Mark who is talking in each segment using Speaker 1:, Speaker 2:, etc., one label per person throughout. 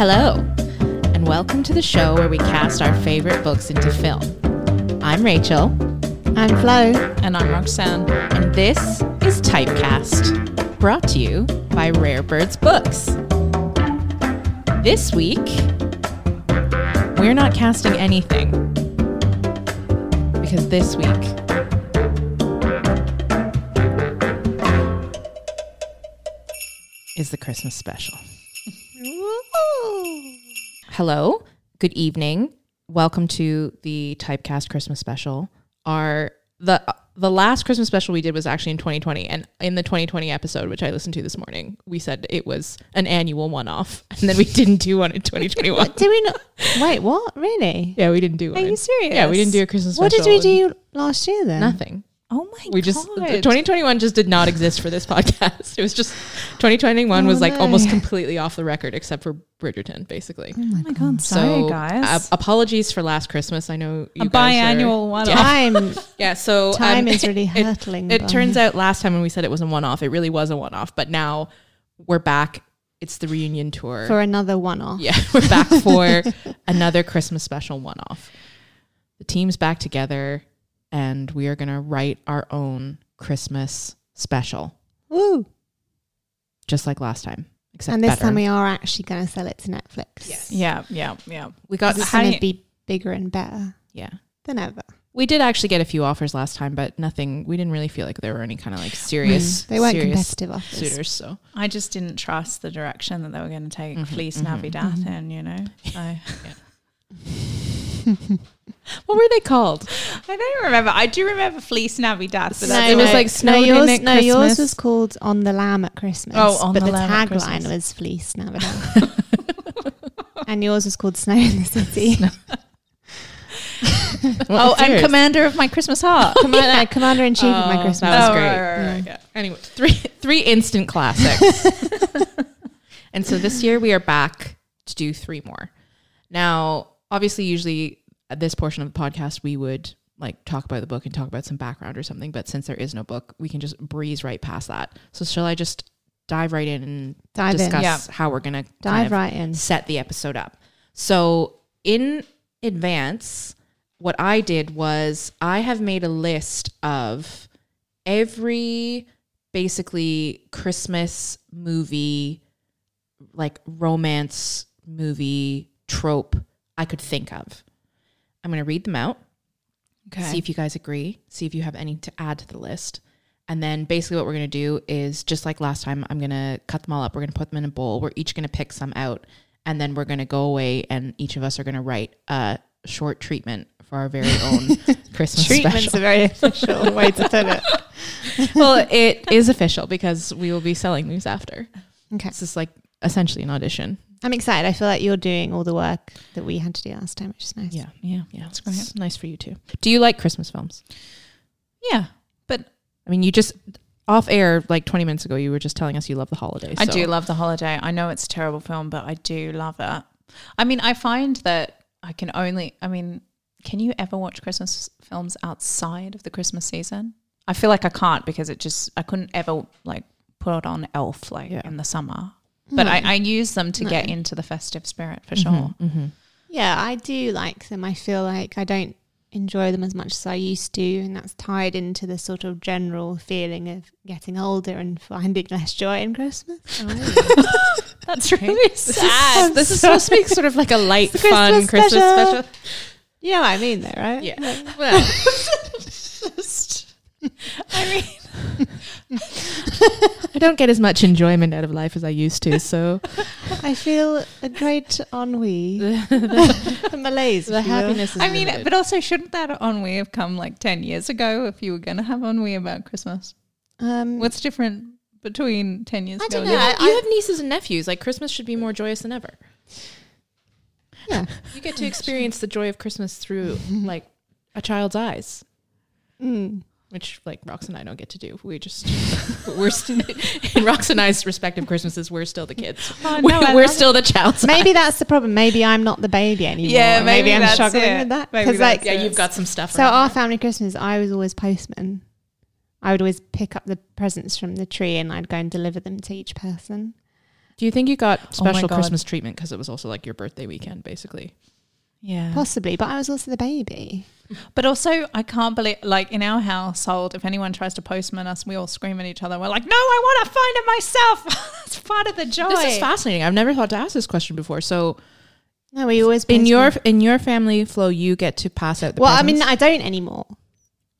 Speaker 1: Hello, and welcome to the show where we cast our favorite books into film. I'm Rachel.
Speaker 2: I'm Flo.
Speaker 3: And I'm Roxanne.
Speaker 1: And this is Typecast, brought to you by Rare Birds Books. This week, we're not casting anything because this week. Is the Christmas special. Hello, good evening. Welcome to the Typecast Christmas special. Our the the last Christmas special we did was actually in 2020, and in the 2020 episode, which I listened to this morning, we said it was an annual one-off, and then we didn't do one in 2021.
Speaker 2: Do we not? Wait, what? Really?
Speaker 1: yeah, we didn't do
Speaker 3: Are
Speaker 1: one.
Speaker 3: you serious?
Speaker 1: yeah, we didn't do a Christmas
Speaker 2: What did
Speaker 1: special.
Speaker 2: we do last year then?
Speaker 1: Nothing.
Speaker 3: Oh my god.
Speaker 1: We just 2021 just did not exist for this podcast. It was just 2021 was
Speaker 2: Oh,
Speaker 1: like
Speaker 2: no.
Speaker 1: almost completely off the record except for Bridgerton, basically.
Speaker 2: Oh my
Speaker 3: Oh my
Speaker 2: god.
Speaker 3: god. I'm Sorry,
Speaker 1: so,
Speaker 3: guys.
Speaker 1: uh, apologies for last Christmas. I know you
Speaker 3: a
Speaker 1: guys are-
Speaker 3: biannual one.
Speaker 1: Yeah.
Speaker 2: Time,
Speaker 1: yeah. So um,
Speaker 2: time is really
Speaker 1: it-
Speaker 2: hurtling.
Speaker 1: It turns out last time when we said it was a one-off, it really was a one-off. But now we're back. It's the reunion tour.
Speaker 2: for another one-off.
Speaker 1: yeah, we're back for another Christmas special one-off. The team's back together, and we are gonna write our own Christmas special,
Speaker 2: Woo!
Speaker 1: just like last time. Except
Speaker 2: And this
Speaker 1: better.
Speaker 2: time we are actually going to sell it to Netflix.
Speaker 1: Yes.
Speaker 3: Yeah, yeah, yeah.
Speaker 1: we got
Speaker 2: It's
Speaker 3: How do
Speaker 2: going to
Speaker 3: you-
Speaker 2: be bigger and better
Speaker 1: yeah.
Speaker 2: than ever.
Speaker 1: We did actually get a few offers last time, but nothing. We didn't really feel like there were any kind of like serious.
Speaker 2: Mm. They weren't
Speaker 1: serious
Speaker 2: competitive offers.
Speaker 1: suitors. So
Speaker 3: I just didn't trust the direction that they were going to take
Speaker 1: Mhm,
Speaker 3: Fleece
Speaker 1: mhm.
Speaker 3: Navidad
Speaker 2: Mhm.
Speaker 3: in, you know? So I
Speaker 1: what were they called?
Speaker 3: don't remember. I do remember Fleece Navidad. But
Speaker 1: No, that's it was
Speaker 3: all.
Speaker 1: like snowed in
Speaker 2: yours,
Speaker 1: at
Speaker 2: no, yours
Speaker 1: Christmas.
Speaker 2: was called "On the Lamb at Christmas."
Speaker 3: Oh, On
Speaker 2: but
Speaker 3: the
Speaker 2: the,
Speaker 3: Lamb
Speaker 2: tagline
Speaker 3: at Christmas.
Speaker 2: was "Fleece Navidad," and yours was called "Snow in the City."
Speaker 3: Oh, I'm
Speaker 1: Serious.
Speaker 3: commander of my Christmas heart.
Speaker 2: Command- uh, Commander in Chief of my Christmas.
Speaker 1: That was
Speaker 3: Oh,
Speaker 1: great. Mm.
Speaker 3: right, right, right, yeah.
Speaker 1: Anyway, three three instant classics. and so this year we are back to do three more. Now, obviously, usually at this portion of the podcast we would like talk about the book and talk about some background or something, but since there is no book, we can just breeze right past that. So shall I just dive right in and
Speaker 2: Dive in.
Speaker 1: discuss
Speaker 3: Yeah.
Speaker 1: how we're gonna kind
Speaker 2: Dive
Speaker 1: of
Speaker 2: right in.
Speaker 1: set the episode up. So in advance, what I did was I have made a list of every basically Christmas movie, like romance movie trope I could think of. I'm going to read them out, see if you guys agree, see if you have any to add to the list. And then basically, what we're going to do is just like last time, I'm going to cut them all up. We're going to put them in a bowl. We're each going to pick some out. And then we're going to go away, and each of us are going to write a short treatment for our very own Christmas
Speaker 2: Treatment's
Speaker 1: special.
Speaker 2: a very official way to put it.
Speaker 1: well, it is official because we will be selling these after.
Speaker 2: Okay,
Speaker 1: This is like essentially an audition.
Speaker 2: I'm excited. I feel like you're doing all the work that we had to do last time, which is nice.
Speaker 1: yeah, yeah.
Speaker 3: That's
Speaker 1: It's
Speaker 3: great.
Speaker 1: nice for you too. Do you like Christmas films?
Speaker 3: Yeah. But
Speaker 1: I mean, you just off air like 20 minutes ago, you were just telling us you love the holidays.
Speaker 3: I
Speaker 1: so-
Speaker 3: do love The Holiday. I know it's a terrible film, but I do love it. I mean, I find that I can only, I mean, can you ever watch Christmas films outside of the Christmas season? I feel like I can't because it just, I couldn't ever like put on Elf like
Speaker 1: Yeah.
Speaker 3: in the summer. But
Speaker 2: Mm. Hmm.
Speaker 3: I, I use them to get
Speaker 2: No.
Speaker 3: into the festive spirit for
Speaker 1: Mhm,
Speaker 3: sure.
Speaker 1: mhm.
Speaker 2: Yeah, I do like them. I feel like I don't enjoy them as much as I used to, and that's tied into the sort of general feeling of getting older and finding less joy in Christmas.
Speaker 3: That's really sad.
Speaker 2: I'm
Speaker 1: This is supposed to be sort of like a light,
Speaker 2: It's a
Speaker 1: fun
Speaker 2: Christmas
Speaker 1: Christmas special.
Speaker 2: special. You know what I mean, though, right?
Speaker 1: Yeah.
Speaker 2: Like,
Speaker 1: Well,
Speaker 3: I mean,
Speaker 1: I don't get as much enjoyment out of life as I used to. So
Speaker 2: I feel a great ennui, the malaise,
Speaker 1: the
Speaker 2: if you will.
Speaker 1: happiness is.
Speaker 3: I mean, but also shouldn't that ennui have come like 10 years ago if you were going to have ennui about Christmas?
Speaker 2: Um,
Speaker 3: What's different between 10 years
Speaker 2: I
Speaker 3: ago?
Speaker 2: don't
Speaker 3: and
Speaker 2: know.
Speaker 3: now?
Speaker 2: I-
Speaker 1: you have nieces and nephews. Like Christmas should be more joyous than ever.
Speaker 2: yeah.
Speaker 1: You get to experience the joy of Christmas through like a child's eyes,
Speaker 2: Mm.
Speaker 1: which like Rox and I don't get to do. We just we're st- in Rox and I's respective Christmases, we're still the kids.
Speaker 3: Oh,
Speaker 1: we,
Speaker 3: no, I
Speaker 1: are
Speaker 3: love
Speaker 1: still the child's.
Speaker 2: Maybe that's the problem. Maybe I'm not the baby anymore.
Speaker 3: Yeah, maybe
Speaker 2: I'm
Speaker 3: that's
Speaker 2: struggling
Speaker 3: it.
Speaker 2: with that
Speaker 3: Maybe
Speaker 2: because,
Speaker 3: that's
Speaker 2: like,
Speaker 3: it. Yeah, you've
Speaker 1: got some stuff.
Speaker 2: So our family Christmas, I was always postman. I would always pick up the presents from the tree and I'd go and deliver them to each person.
Speaker 1: Do you think you got
Speaker 3: Oh my
Speaker 1: special
Speaker 3: God.
Speaker 1: Christmas treatment because it was also like your birthday weekend, basically?
Speaker 3: Yeah.
Speaker 2: Possibly, but I was also the baby.
Speaker 3: But also, I can't believe, like, in our household, if anyone tries to postman us, we all scream at each other. We're like, no, I want to find it myself. That's part of the joy.
Speaker 1: This is fascinating. I've never thought to ask this question before. So,
Speaker 2: No, we always
Speaker 1: in
Speaker 2: placed
Speaker 1: your
Speaker 2: them.
Speaker 1: in your family flow, you get to pass out the
Speaker 2: well, I mean,
Speaker 1: presents?
Speaker 2: I don't anymore.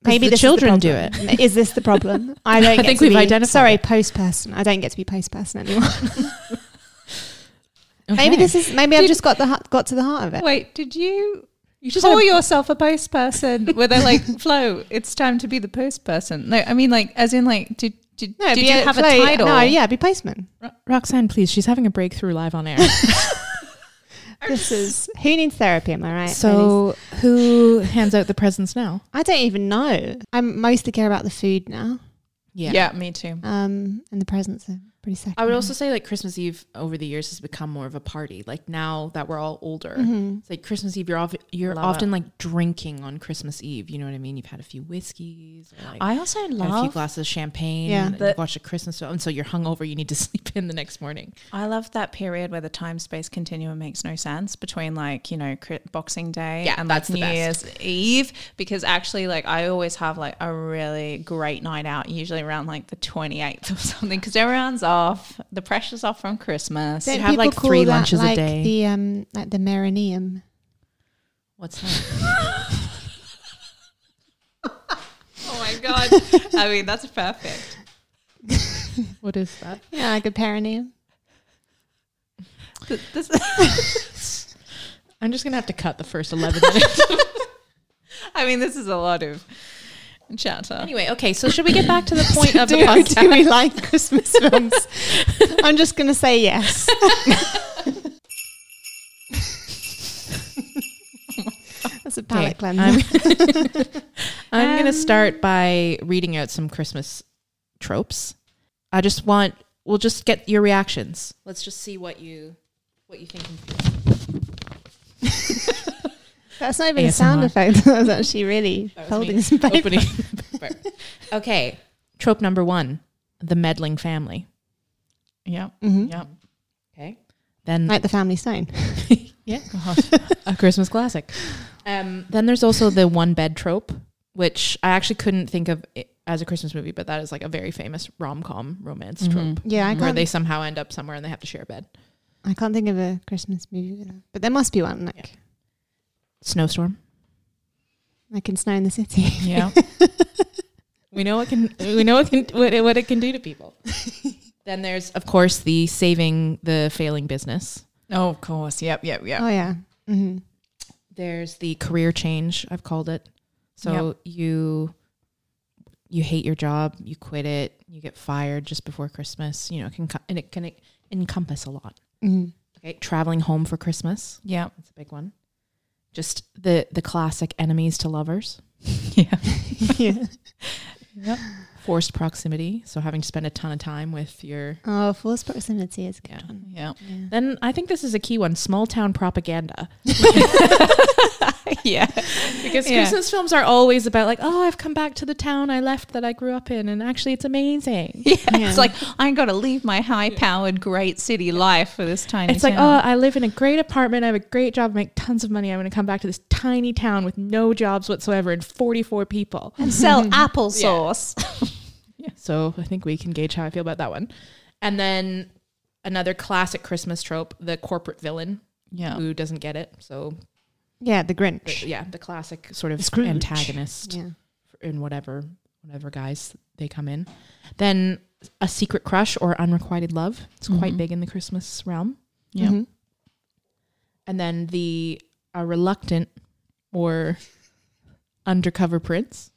Speaker 1: 'Cause
Speaker 2: Maybe
Speaker 1: the
Speaker 2: this is
Speaker 1: children do
Speaker 2: problem. Is this the problem? I don't.
Speaker 1: I
Speaker 2: get
Speaker 1: think
Speaker 2: to
Speaker 1: we've
Speaker 2: be-
Speaker 1: identified
Speaker 2: Sorry,
Speaker 1: it.
Speaker 2: post person. I don't get to be post person anymore.
Speaker 1: Okay.
Speaker 2: Maybe this is. Maybe I've
Speaker 3: Did-
Speaker 2: just got the heart- got to the heart of it.
Speaker 3: Wait, did you
Speaker 1: you
Speaker 3: just call yourself a post person? Were they like, Flo, it's time to be the post person? No, I mean, like, as in, like, did, did,
Speaker 2: No,
Speaker 3: did
Speaker 2: be
Speaker 3: you have a
Speaker 2: Flo-
Speaker 3: title?
Speaker 2: No, yeah, be postman.
Speaker 1: Ro- Roxanne, please. She's having a breakthrough live on air.
Speaker 2: This is who needs therapy. Am I right? ladies?
Speaker 1: so, who hands out the presents now?
Speaker 2: I don't even know. I mostly care about the food now,
Speaker 3: yeah. me too.
Speaker 2: um, and the presents are pretty second.
Speaker 1: I would also say like Christmas Eve over the years has become more of a party. Like now that we're all older,
Speaker 2: Mhm.
Speaker 1: it's like Christmas Eve. You're off, you're
Speaker 3: Love
Speaker 1: often like drinking on Christmas Eve. You know what I mean? You've had a few whiskeys, or, like,
Speaker 3: I also
Speaker 1: had a few
Speaker 3: love,
Speaker 1: glasses of champagne.
Speaker 2: Yeah.
Speaker 1: and
Speaker 3: The-
Speaker 1: you watch a Christmas film, and so you're hungover. You need to sleep in the next morning.
Speaker 3: I love that period where the time space continuum makes no sense between like you know cri- Boxing Day
Speaker 1: Yeah,
Speaker 3: and
Speaker 1: that's
Speaker 3: like
Speaker 1: the
Speaker 3: New
Speaker 1: best.
Speaker 3: Year's Eve because actually like I always have like a really great night out usually around like the twenty eighth or something because everyone's off the pressure's off from Christmas.
Speaker 1: Don't-
Speaker 2: Don't
Speaker 1: you have,
Speaker 2: people
Speaker 1: like,
Speaker 2: call
Speaker 1: three
Speaker 2: that,
Speaker 1: lunches a
Speaker 2: like,
Speaker 1: day.
Speaker 2: The um, like the Meridium.
Speaker 1: What's that?
Speaker 3: Oh my god! I mean that's perfect.
Speaker 1: what is that?
Speaker 2: Yeah, like a perineum.
Speaker 3: Th- this-
Speaker 1: I'm just gonna have to cut the first eleven minutes.
Speaker 3: I mean this is a lot of chatter.
Speaker 1: anyway, okay. So should we get back to the point of the
Speaker 2: do, we-
Speaker 1: podcast?
Speaker 2: do we like Christmas films? I'm just going to say yes. That's a palate
Speaker 1: Okay,
Speaker 2: cleanser.
Speaker 1: I'm, I'm going to
Speaker 3: Um,
Speaker 1: start by reading out some Christmas tropes. I just want we'll just get your reactions. Let's just see what you what you think.
Speaker 2: That's not even a sound
Speaker 1: ASMR.
Speaker 2: effect. That was actually really
Speaker 1: That was
Speaker 2: folding
Speaker 1: me
Speaker 2: some paper.
Speaker 1: Opening. okay, trope number 1, the meddling family.
Speaker 3: Yep.
Speaker 2: Mhm.
Speaker 3: Yep.
Speaker 1: Okay? Mm-hmm. Then
Speaker 2: Like the family stone.
Speaker 1: a Christmas classic. Um, then there's also the one bed trope, which I actually couldn't think of it as a Christmas movie, but that is like a very famous rom com romance trope
Speaker 2: Yeah, I
Speaker 1: where
Speaker 2: can't,
Speaker 1: they somehow end up somewhere and they have to share a bed.
Speaker 2: I can't think of a Christmas movie with that. But there must be one, like,
Speaker 1: Snowstorm.
Speaker 2: like in Snow in the City.
Speaker 3: Yeah.
Speaker 1: We know what can we know what can what it, what it can do to people. then there's of course the saving the failing business.
Speaker 3: oh, of course. Yep. Yep. Yep.
Speaker 2: Oh, yeah. hmm
Speaker 1: There's the career change, I've called it. So you you hate your job, you quit it, you get fired just before Christmas, you know, it can co- and it can encompass a lot.
Speaker 2: hmm
Speaker 1: Okay, traveling home for Christmas,
Speaker 3: Yep.
Speaker 1: that's a big one. Just the the classic enemies to lovers,
Speaker 3: Yeah.
Speaker 2: Mm-hmm. yeah.
Speaker 3: Yep.
Speaker 1: forced proximity, so having to spend a ton of time with your
Speaker 2: Oh, forced proximity is a good
Speaker 1: Yeah.
Speaker 2: one.
Speaker 3: Yep.
Speaker 2: Yeah.
Speaker 1: Then I think this is a key one: small town propaganda.
Speaker 3: yeah.
Speaker 1: Because
Speaker 3: Yeah.
Speaker 1: Christmas films are always about like, oh, I've come back to the town I left that I grew up in, and actually, it's amazing.
Speaker 3: Yeah.
Speaker 2: Yeah.
Speaker 3: It's like I ain't got to leave my high-powered great city life for this tiny.
Speaker 1: It's like, oh,
Speaker 3: town.
Speaker 1: I live in a great apartment. I have a great job, make tons of money. I'm going to come back to this tiny town with no jobs whatsoever and 44 people.
Speaker 3: and sell applesauce.
Speaker 1: So I think we can gauge how I feel about that one. And then another classic Christmas trope: the corporate villain
Speaker 3: Yeah.
Speaker 1: who doesn't get it. So
Speaker 2: Yeah, the Grinch.
Speaker 1: the- yeah, the classic sort of
Speaker 3: Scrooge.
Speaker 1: antagonist.
Speaker 2: Yeah.
Speaker 1: in whatever whatever guys they come in. Then a secret crush or unrequited love. It's quite
Speaker 3: Mhm.
Speaker 1: big in the Christmas realm.
Speaker 3: Yeah.
Speaker 2: Mhm.
Speaker 1: And then the a reluctant or undercover prince.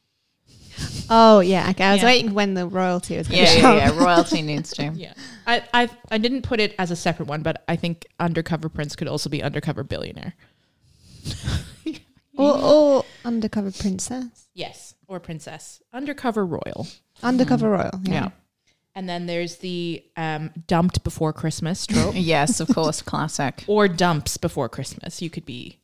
Speaker 2: Oh yeah, okay. I was
Speaker 3: Yeah.
Speaker 2: waiting when the royalty was going
Speaker 3: Yeah,
Speaker 2: to
Speaker 3: yeah,
Speaker 2: show.
Speaker 3: yeah. Royalty needs to.
Speaker 1: Yeah. I I I didn't put it as a separate one, but I think undercover prince could also be undercover billionaire.
Speaker 2: Or, or undercover princess,
Speaker 1: Yes, or princess. Undercover royal.
Speaker 2: undercover royal. Yeah.
Speaker 3: Yeah.
Speaker 1: And then there's the um, dumped before Christmas trope.
Speaker 3: Yes, of course. Classic.
Speaker 1: or dumps before Christmas. You could be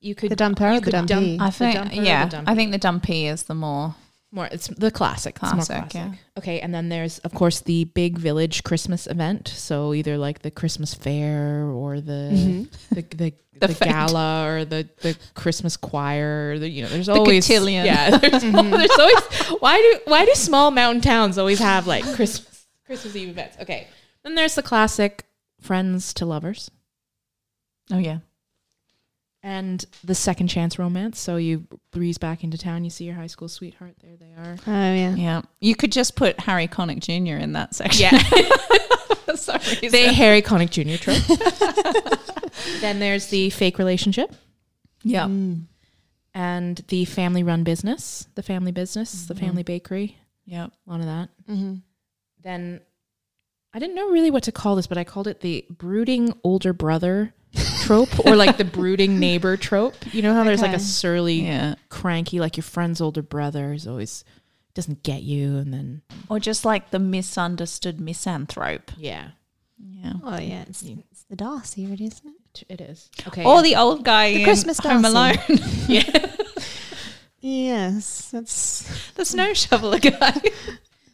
Speaker 1: you could
Speaker 2: The dumper or
Speaker 1: you
Speaker 2: the
Speaker 1: could dump-
Speaker 2: dumpee?
Speaker 3: I
Speaker 1: The
Speaker 3: think.
Speaker 1: dumper or the
Speaker 3: yeah. I
Speaker 1: dumpy?
Speaker 3: think the dumpy is the more
Speaker 1: More, it's the classic. it's more
Speaker 3: Classic, yeah.
Speaker 1: Okay, and then there's of course the big village Christmas event. So either like the Christmas fair or the
Speaker 2: Mm-hmm.
Speaker 1: the, the, the,
Speaker 3: The fair.
Speaker 1: gala or the, the Christmas choir. or The, you know, there's
Speaker 3: The
Speaker 1: always
Speaker 3: cotillion.
Speaker 1: Yeah, there's, there's always why do why do small mountain towns always have like Christmas Christmas Eve events? Okay, then there's the classic friends to lovers
Speaker 3: Oh yeah.
Speaker 1: and the second chance romance. So you breeze back into town, you see your high school sweetheart. There they are.
Speaker 2: Oh yeah.
Speaker 3: Yeah. You could just put Harry Connick Jr. in that section.
Speaker 1: Yeah.
Speaker 3: For some reason.
Speaker 1: the Harry Connick Jr. trope. then there's the fake relationship
Speaker 3: yeah.
Speaker 2: Mm.
Speaker 1: and the family run business, the family business, the family bakery,
Speaker 3: Yeah.
Speaker 1: a lot of that.
Speaker 2: Mhm.
Speaker 1: Then I didn't know really what to call this, but I called it the brooding older brother trope or like the brooding neighbor trope. You know how there's like a
Speaker 2: Okay.
Speaker 1: surly,
Speaker 3: Yeah.
Speaker 1: cranky, like your friend's older brother is always doesn't get you and then
Speaker 3: Or just like the misunderstood misanthrope.
Speaker 1: yeah
Speaker 3: Yeah.
Speaker 2: Well, Oh, yeah, it's,
Speaker 1: Yeah.
Speaker 2: it's the Darcy, really, isn't it?
Speaker 1: it is okay
Speaker 3: Or the old guy in
Speaker 2: Christmas
Speaker 3: Home
Speaker 2: Darcy.
Speaker 3: Alone.
Speaker 2: Yes, that's
Speaker 3: the snow shoveler guy.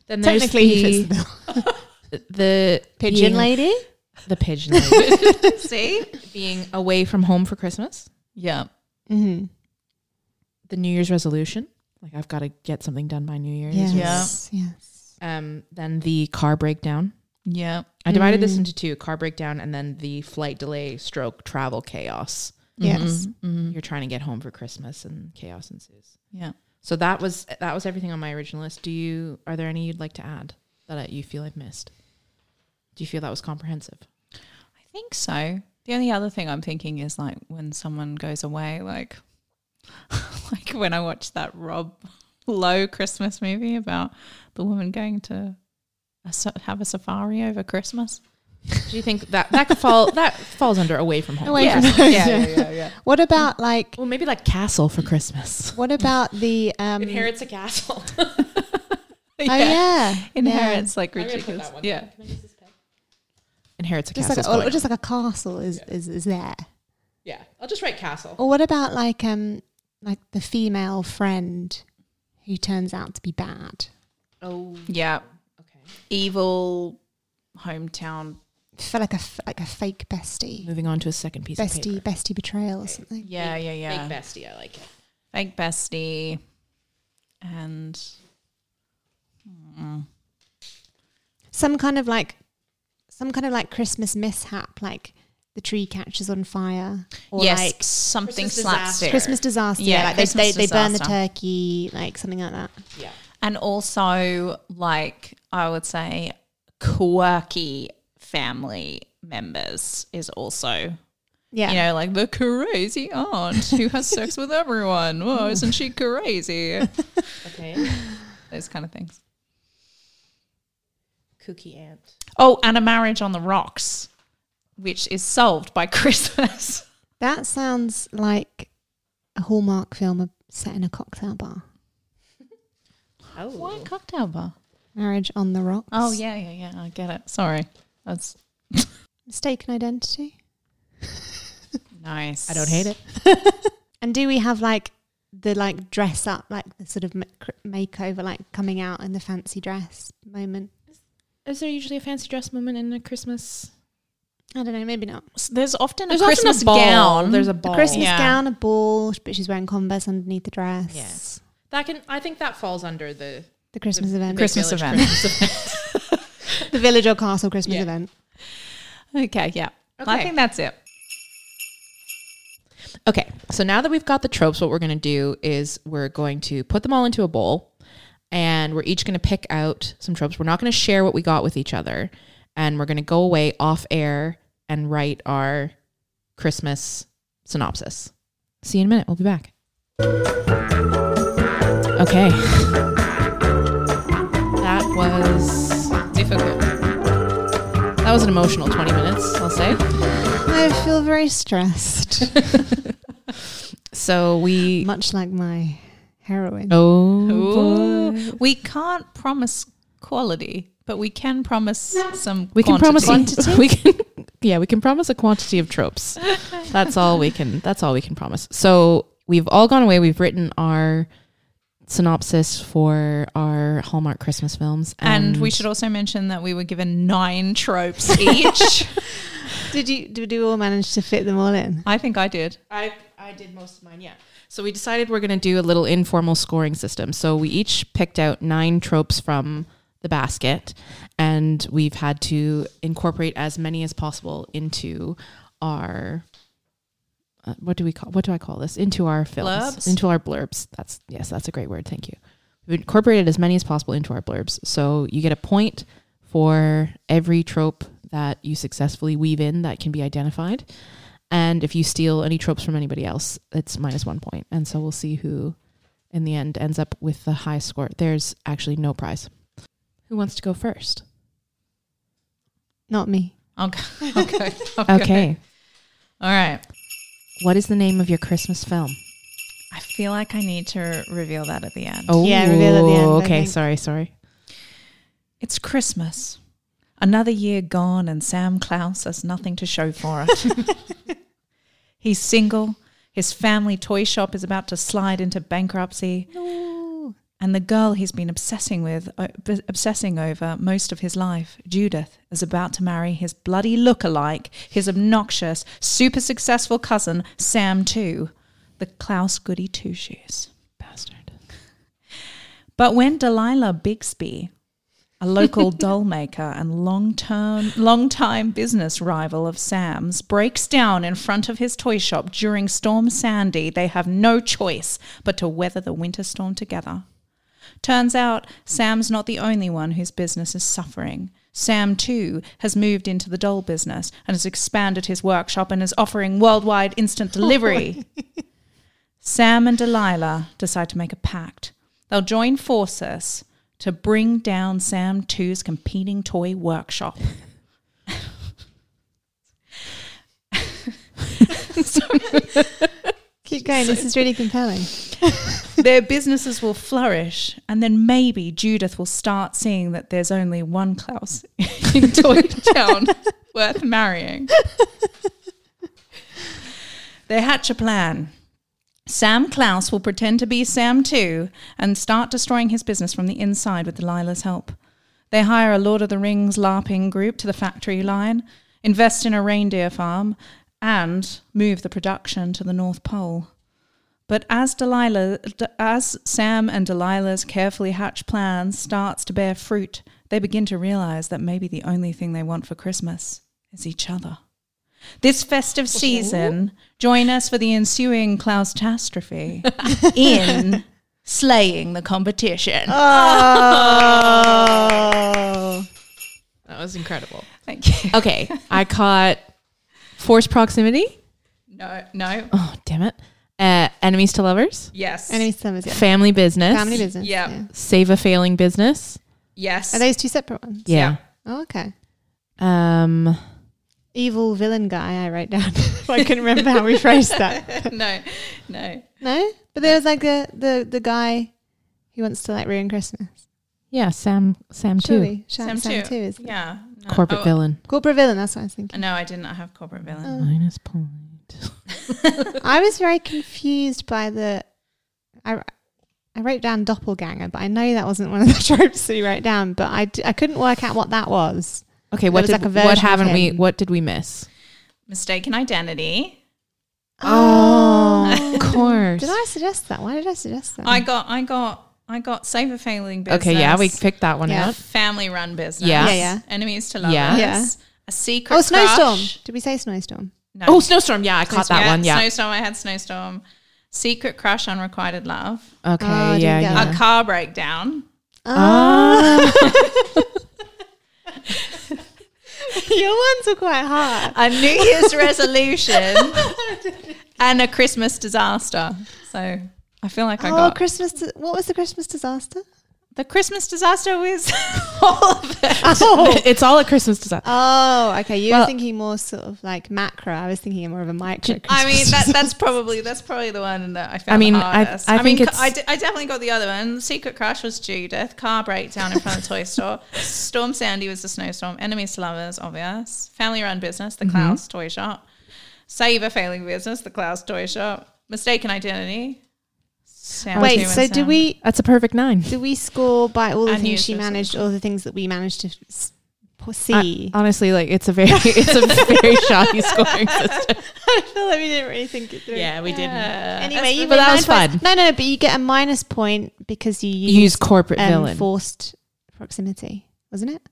Speaker 1: then there's
Speaker 2: technically he fits the bill.
Speaker 1: the, the
Speaker 2: Pigeon
Speaker 1: being-
Speaker 2: lady.
Speaker 1: the pigeon lady.
Speaker 3: See?
Speaker 1: being away from home for Christmas,
Speaker 3: Yeah.
Speaker 2: Mm-hmm.
Speaker 1: the New Year's resolution, like I've got to get something done by New Year's.
Speaker 2: Yes.
Speaker 1: or-
Speaker 2: Yes.
Speaker 1: Um, then the car breakdown.
Speaker 3: Yeah.
Speaker 1: I divided this
Speaker 2: Mm.
Speaker 1: into two: car breakdown and then the flight delay, stroke, travel chaos.
Speaker 2: Yes.
Speaker 3: Mhm. Mhm.
Speaker 1: You're trying to get home for Christmas, and chaos ensues.
Speaker 3: Yeah.
Speaker 1: So that was that was everything on my original list. Do you are there any you'd like to add that I, you feel I've missed? Do you feel that was comprehensive?
Speaker 3: I think so. The only other thing I'm thinking is like when someone goes away, like like when I watched that Rob Lowe Christmas movie about the woman going to a, sa- have a safari over Christmas.
Speaker 1: Do you think that that could fall that falls under away from home?
Speaker 2: Away
Speaker 1: yeah.
Speaker 2: from home.
Speaker 3: yeah, yeah, yeah.
Speaker 2: What about like?
Speaker 1: Well, maybe like castle for Christmas.
Speaker 2: What about the? Um,
Speaker 1: a castle.
Speaker 2: Oh yeah,
Speaker 3: Inherits like
Speaker 1: I'm gonna put
Speaker 3: ridiculous.
Speaker 1: that one
Speaker 3: Yeah.
Speaker 1: down. Inherits a oh,
Speaker 2: Yeah. Just like
Speaker 1: castle.
Speaker 2: a, or just like a castle is, is is there.
Speaker 1: yeah, I'll just write castle.
Speaker 2: Or what about like um like the female friend who turns out to be bad?
Speaker 1: Oh,
Speaker 3: Yeah.
Speaker 1: okay.
Speaker 3: Evil hometown.
Speaker 2: For like a f- like a fake bestie,
Speaker 1: Moving on to a second piece
Speaker 2: bestie
Speaker 1: of paper.
Speaker 2: bestie betrayal or something.
Speaker 3: Yeah, yeah, yeah.
Speaker 1: Big bestie, I like it.
Speaker 3: Fake bestie. And Mm.
Speaker 2: Some kind of like some kind of like Christmas mishap, like the tree catches on fire, or
Speaker 3: yes,
Speaker 2: like
Speaker 3: something
Speaker 1: Christmas
Speaker 3: slapstick.
Speaker 1: disaster.
Speaker 2: Christmas disaster. Yeah,
Speaker 3: Yeah,
Speaker 2: like they,
Speaker 3: Christmas
Speaker 2: they, they burn the
Speaker 3: disaster.
Speaker 2: turkey, like something like that.
Speaker 1: Yeah.
Speaker 3: and also like I would say quirky family members is also
Speaker 2: Yeah,
Speaker 3: you know like the crazy aunt who has sex with everyone. Whoa, isn't she crazy?
Speaker 1: Okay.
Speaker 3: Those kind of things.
Speaker 1: Kooky aunt.
Speaker 3: Oh, and a marriage on the rocks, which is solved by Christmas.
Speaker 2: that sounds like a Hallmark film set in a cocktail bar.
Speaker 1: Oh.
Speaker 3: Why cocktail bar?
Speaker 2: Marriage on the rocks.
Speaker 3: Oh yeah, yeah, yeah. I get it. Sorry, that's
Speaker 2: mistaken identity.
Speaker 3: nice.
Speaker 1: I don't hate it.
Speaker 2: And do we have like the like dress up, like the sort of ma- cr- makeover, like coming out in the fancy dress moment?
Speaker 1: Is there usually a fancy dress moment in a Christmas?
Speaker 2: I don't know, maybe not.
Speaker 3: So there's often
Speaker 1: There's
Speaker 3: a
Speaker 1: often a
Speaker 3: Christmas
Speaker 1: ball.
Speaker 3: gown.
Speaker 1: There's a ball.
Speaker 2: A Christmas
Speaker 3: Yeah.
Speaker 2: gown, a ball, but she's wearing Converse underneath the dress.
Speaker 1: Yes. That can. I think that falls under the
Speaker 2: The Christmas
Speaker 1: the
Speaker 2: event,
Speaker 1: big
Speaker 3: Christmas
Speaker 1: village
Speaker 3: event.
Speaker 1: Christmas event.
Speaker 2: the village or castle Christmas
Speaker 1: Yeah.
Speaker 2: event.
Speaker 3: okay. Yeah,
Speaker 1: Okay.
Speaker 3: I think that's it.
Speaker 1: Okay, so now that we've got the tropes, what we're going to do is we're going to put them all into a bowl and we're each going to pick out some tropes. We're not going to share what we got with each other and we're going to go away off air and write our Christmas synopsis. See you in a minute. We'll be back. Okay. That was difficult. That was an emotional 20 minutes, I'll say.
Speaker 2: I feel very stressed,
Speaker 1: So we.
Speaker 2: much like my heroine.
Speaker 1: Oh.
Speaker 3: Ooh. We can't promise quality, but we can promise some.
Speaker 1: We can
Speaker 3: quantity.
Speaker 1: promise we can yeah, we can promise a quantity of tropes. That's all we can that's all we can promise. So we've all gone away, we've written our synopsis for our Hallmark Christmas films.
Speaker 3: And we should also mention that we were given nine tropes each.
Speaker 2: Did you did you all manage to fit them all in?
Speaker 3: I think I did.
Speaker 1: I I did most of mine, yeah. So we decided we're going to do a little informal scoring system. So we each picked out nine tropes from the basket, and we've had to incorporate as many as possible into our. Uh, what do we call? What do I call this? Into our films,
Speaker 3: Blurbs?
Speaker 1: into our blurbs. That's yes, that's a great word. Thank you. We've incorporated as many as possible into our blurbs. So you get a point for every trope that you successfully weave in that can be identified. And if you steal any tropes from anybody else, it's minus one point. And so we'll see who in the end ends up with the highest score. There's actually no prize. Who wants to go first?
Speaker 2: Not me.
Speaker 3: Okay. Okay. Okay.
Speaker 1: Okay.
Speaker 3: All right.
Speaker 1: What is the name of your Christmas film?
Speaker 3: I feel like I need to reveal that at the end.
Speaker 1: Oh,
Speaker 2: Yeah, reveal at the end, I
Speaker 1: Okay,
Speaker 2: think.
Speaker 1: sorry, sorry.
Speaker 3: It's Christmas. Another year gone, and Sam Klaus has nothing to show for it. He's single. His family toy shop is about to slide into bankruptcy.
Speaker 2: No.
Speaker 3: And the girl he's been obsessing with, uh, b- obsessing over most of his life, Judith, is about to marry his bloody look-alike, his obnoxious, super successful cousin, Sam Too, the Klaus Goody Two Shoes. Bastard. But when Delilah Bixby, a local doll maker and long-term, long-time business rival of Sam's, breaks down in front of his toy shop during Storm Sandy, they have no choice but to weather the winter storm together. Turns out Sam's not the only one whose business is suffering. Sam, too, has moved into the doll business and has expanded his workshop and is offering worldwide instant delivery. Sam and Delilah decide to make a pact. They'll join forces to bring down Sam 2's competing toy workshop.
Speaker 2: Keep going. This is really compelling.
Speaker 3: their businesses will flourish, and then maybe Judith will start seeing that there's only one Klaus in Toy Town worth marrying. They hatch a plan. Sam Klaus will pretend to be Sam too and start destroying his business from the inside with Delilah's help. They hire a Lord of the Rings LARPing group to the factory line, invest in a reindeer farm, and move the production to the North Pole. But as Delilah, d- as Sam and Delilah's carefully hatched plan starts to bear fruit, they begin to realize that maybe the only thing they want for Christmas is each other. This festive
Speaker 2: Oh.
Speaker 3: season, join us for the ensuing Klaus catastrophe in slaying the competition.
Speaker 2: Oh.
Speaker 1: That was incredible.
Speaker 3: Thank you.
Speaker 1: Okay, I caught Force Proximity.
Speaker 3: No, no.
Speaker 1: Oh, damn it. Uh, enemies to Lovers.
Speaker 3: Yes.
Speaker 2: Enemy Summers, yeah.
Speaker 1: Family Business.
Speaker 2: Family business.
Speaker 3: Yeah.
Speaker 1: Save a Failing Business.
Speaker 3: yes.
Speaker 2: Are those two separate ones?
Speaker 1: Yeah.
Speaker 2: Oh, okay.
Speaker 1: Um,
Speaker 2: Evil villain guy, I wrote down. I couldn't remember how we phrased that.
Speaker 3: no, no.
Speaker 2: No? But there was like a, the, the guy who wants to like ruin Christmas.
Speaker 1: yeah, Sam Sam too.
Speaker 2: Surely. Sam, Sam, too. is it?
Speaker 3: Yeah. No.
Speaker 1: Corporate
Speaker 3: Oh,
Speaker 1: villain.
Speaker 2: Corporate villain, that's what I was thinking. Um,
Speaker 3: No, I did not have corporate villain.
Speaker 1: Minus point.
Speaker 2: I was very confused by the. I, I wrote down doppelganger, but I know that wasn't one of the tropes that you wrote down. But I, d- I couldn't work out what that was.
Speaker 1: Okay,
Speaker 2: There
Speaker 1: what
Speaker 2: was
Speaker 1: did,
Speaker 2: like a version
Speaker 1: what
Speaker 2: of
Speaker 1: haven't we
Speaker 2: him.
Speaker 1: what did we miss?
Speaker 3: Mistaken identity.
Speaker 1: of course.
Speaker 2: Oh. Did I suggest that? Why did I suggest that?
Speaker 3: Oh. I got, I got, I got save a failing business.
Speaker 1: Okay, yeah, we picked that one
Speaker 2: Yeah.
Speaker 1: out.
Speaker 3: family run business.
Speaker 1: Yeah.
Speaker 2: Yeah, yeah.
Speaker 3: Enemies to lovers.
Speaker 1: Yeah.
Speaker 2: Yeah.
Speaker 3: A secret.
Speaker 2: oh, snowstorm.
Speaker 3: crush.
Speaker 2: Did we say snowstorm?
Speaker 3: No.
Speaker 1: Oh, snowstorm. Yeah, I caught that one. Yeah.
Speaker 3: Snowstorm. I had snowstorm. Secret crush, unrequited love.
Speaker 1: Okay.
Speaker 2: Oh, I didn't
Speaker 1: yeah.
Speaker 2: get
Speaker 1: yeah.
Speaker 3: A car breakdown.
Speaker 2: Ah. Your ones are quite hard.
Speaker 3: A New Year's resolution. and a Christmas disaster. So I feel like I
Speaker 2: oh,
Speaker 3: got
Speaker 2: Christmas! Di- what was the Christmas disaster?
Speaker 3: the Christmas disaster was all of it.
Speaker 1: it's all a Christmas design.
Speaker 2: Oh, okay. You
Speaker 1: Well-
Speaker 2: were thinking more sort of like macro. I was thinking more of a micro. Christmas.
Speaker 3: I mean that that's probably that's probably the one that I found
Speaker 1: I mean,
Speaker 3: the
Speaker 1: I-
Speaker 3: hardest.
Speaker 1: I
Speaker 3: I,
Speaker 1: think
Speaker 3: mean,
Speaker 1: it's-
Speaker 3: I, d- I definitely got the other one. Secret Crush was Judith. Car breakdown in front of the toy store. Storm Sandy was the snowstorm. Enemies to lovers, obvious. Family run business,
Speaker 1: Mm-hmm.
Speaker 3: the Klaus toy shop. Save a failing business, the Klaus toy shop. Mistaken identity. Sam
Speaker 1: Wait,
Speaker 3: Two
Speaker 2: Wait,
Speaker 3: and
Speaker 2: so do
Speaker 3: Sam.
Speaker 2: we
Speaker 1: That's a perfect nine.
Speaker 2: do we score by all the
Speaker 3: And
Speaker 2: things she
Speaker 3: useless.
Speaker 2: managed, all the things that we managed to s- see?
Speaker 1: Honestly, like it's a very it's a very shoddy scoring system.
Speaker 2: I feel like we didn't really think it through.
Speaker 1: we
Speaker 2: Anyway, you
Speaker 1: but
Speaker 2: win
Speaker 1: that
Speaker 2: nine
Speaker 1: was
Speaker 2: points.
Speaker 1: fun.
Speaker 2: No, no, but you get a minus point because you used
Speaker 1: Use corporate
Speaker 2: um,
Speaker 1: villain.
Speaker 2: forced proximity, wasn't it?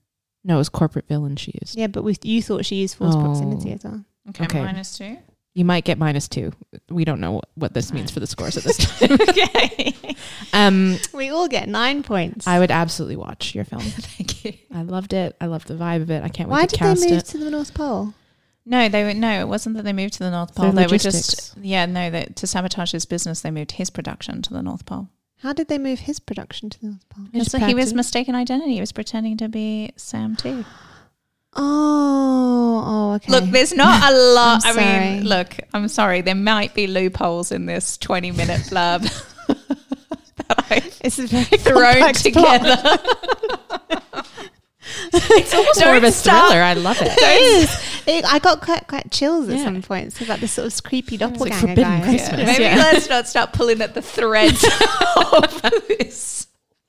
Speaker 1: no, it was corporate villain she used.
Speaker 2: Yeah, but we, you thought she used forced
Speaker 1: Oh.
Speaker 2: proximity as well.
Speaker 3: Okay,
Speaker 1: Okay.
Speaker 3: minus two.
Speaker 1: You might get minus two. We don't know what this means for the scores at this time.
Speaker 3: okay.
Speaker 1: Um,
Speaker 2: We all get nine points.
Speaker 1: I would absolutely watch your film.
Speaker 3: Thank you.
Speaker 1: I loved it. I loved the vibe of it. I can't wait
Speaker 2: Why
Speaker 1: to
Speaker 2: did they
Speaker 1: cast
Speaker 2: move
Speaker 1: it.
Speaker 2: to the North Pole?
Speaker 3: No, they were no. It wasn't that they moved to the North
Speaker 1: Their
Speaker 3: Pole. They were just
Speaker 1: logistics.
Speaker 3: yeah. No, that to sabotage his business, they moved his production to the North Pole.
Speaker 2: How did they move his production to the North Pole?
Speaker 1: It's
Speaker 3: So he was
Speaker 1: practice.
Speaker 3: mistaken identity. He was pretending to be Sam too.
Speaker 2: Oh, oh, okay.
Speaker 3: Look, there's not a lot. I
Speaker 2: I'm
Speaker 3: mean,
Speaker 2: sorry.
Speaker 3: look, I'm sorry. There might be loopholes in this 20 minute blurb that I
Speaker 2: it's a very
Speaker 3: thrown
Speaker 2: complex plot.
Speaker 3: together.
Speaker 1: It's almost more of a
Speaker 3: Don't stop.
Speaker 1: thriller. I love it.
Speaker 2: It is. It- I got quite quite chills at
Speaker 1: Yeah.
Speaker 2: some points about this sort of creepy doppelganger
Speaker 1: forbidden
Speaker 2: guy.
Speaker 1: Christmas.
Speaker 3: Yeah. Maybe
Speaker 1: Yeah.
Speaker 3: let's not start pulling at the threads of this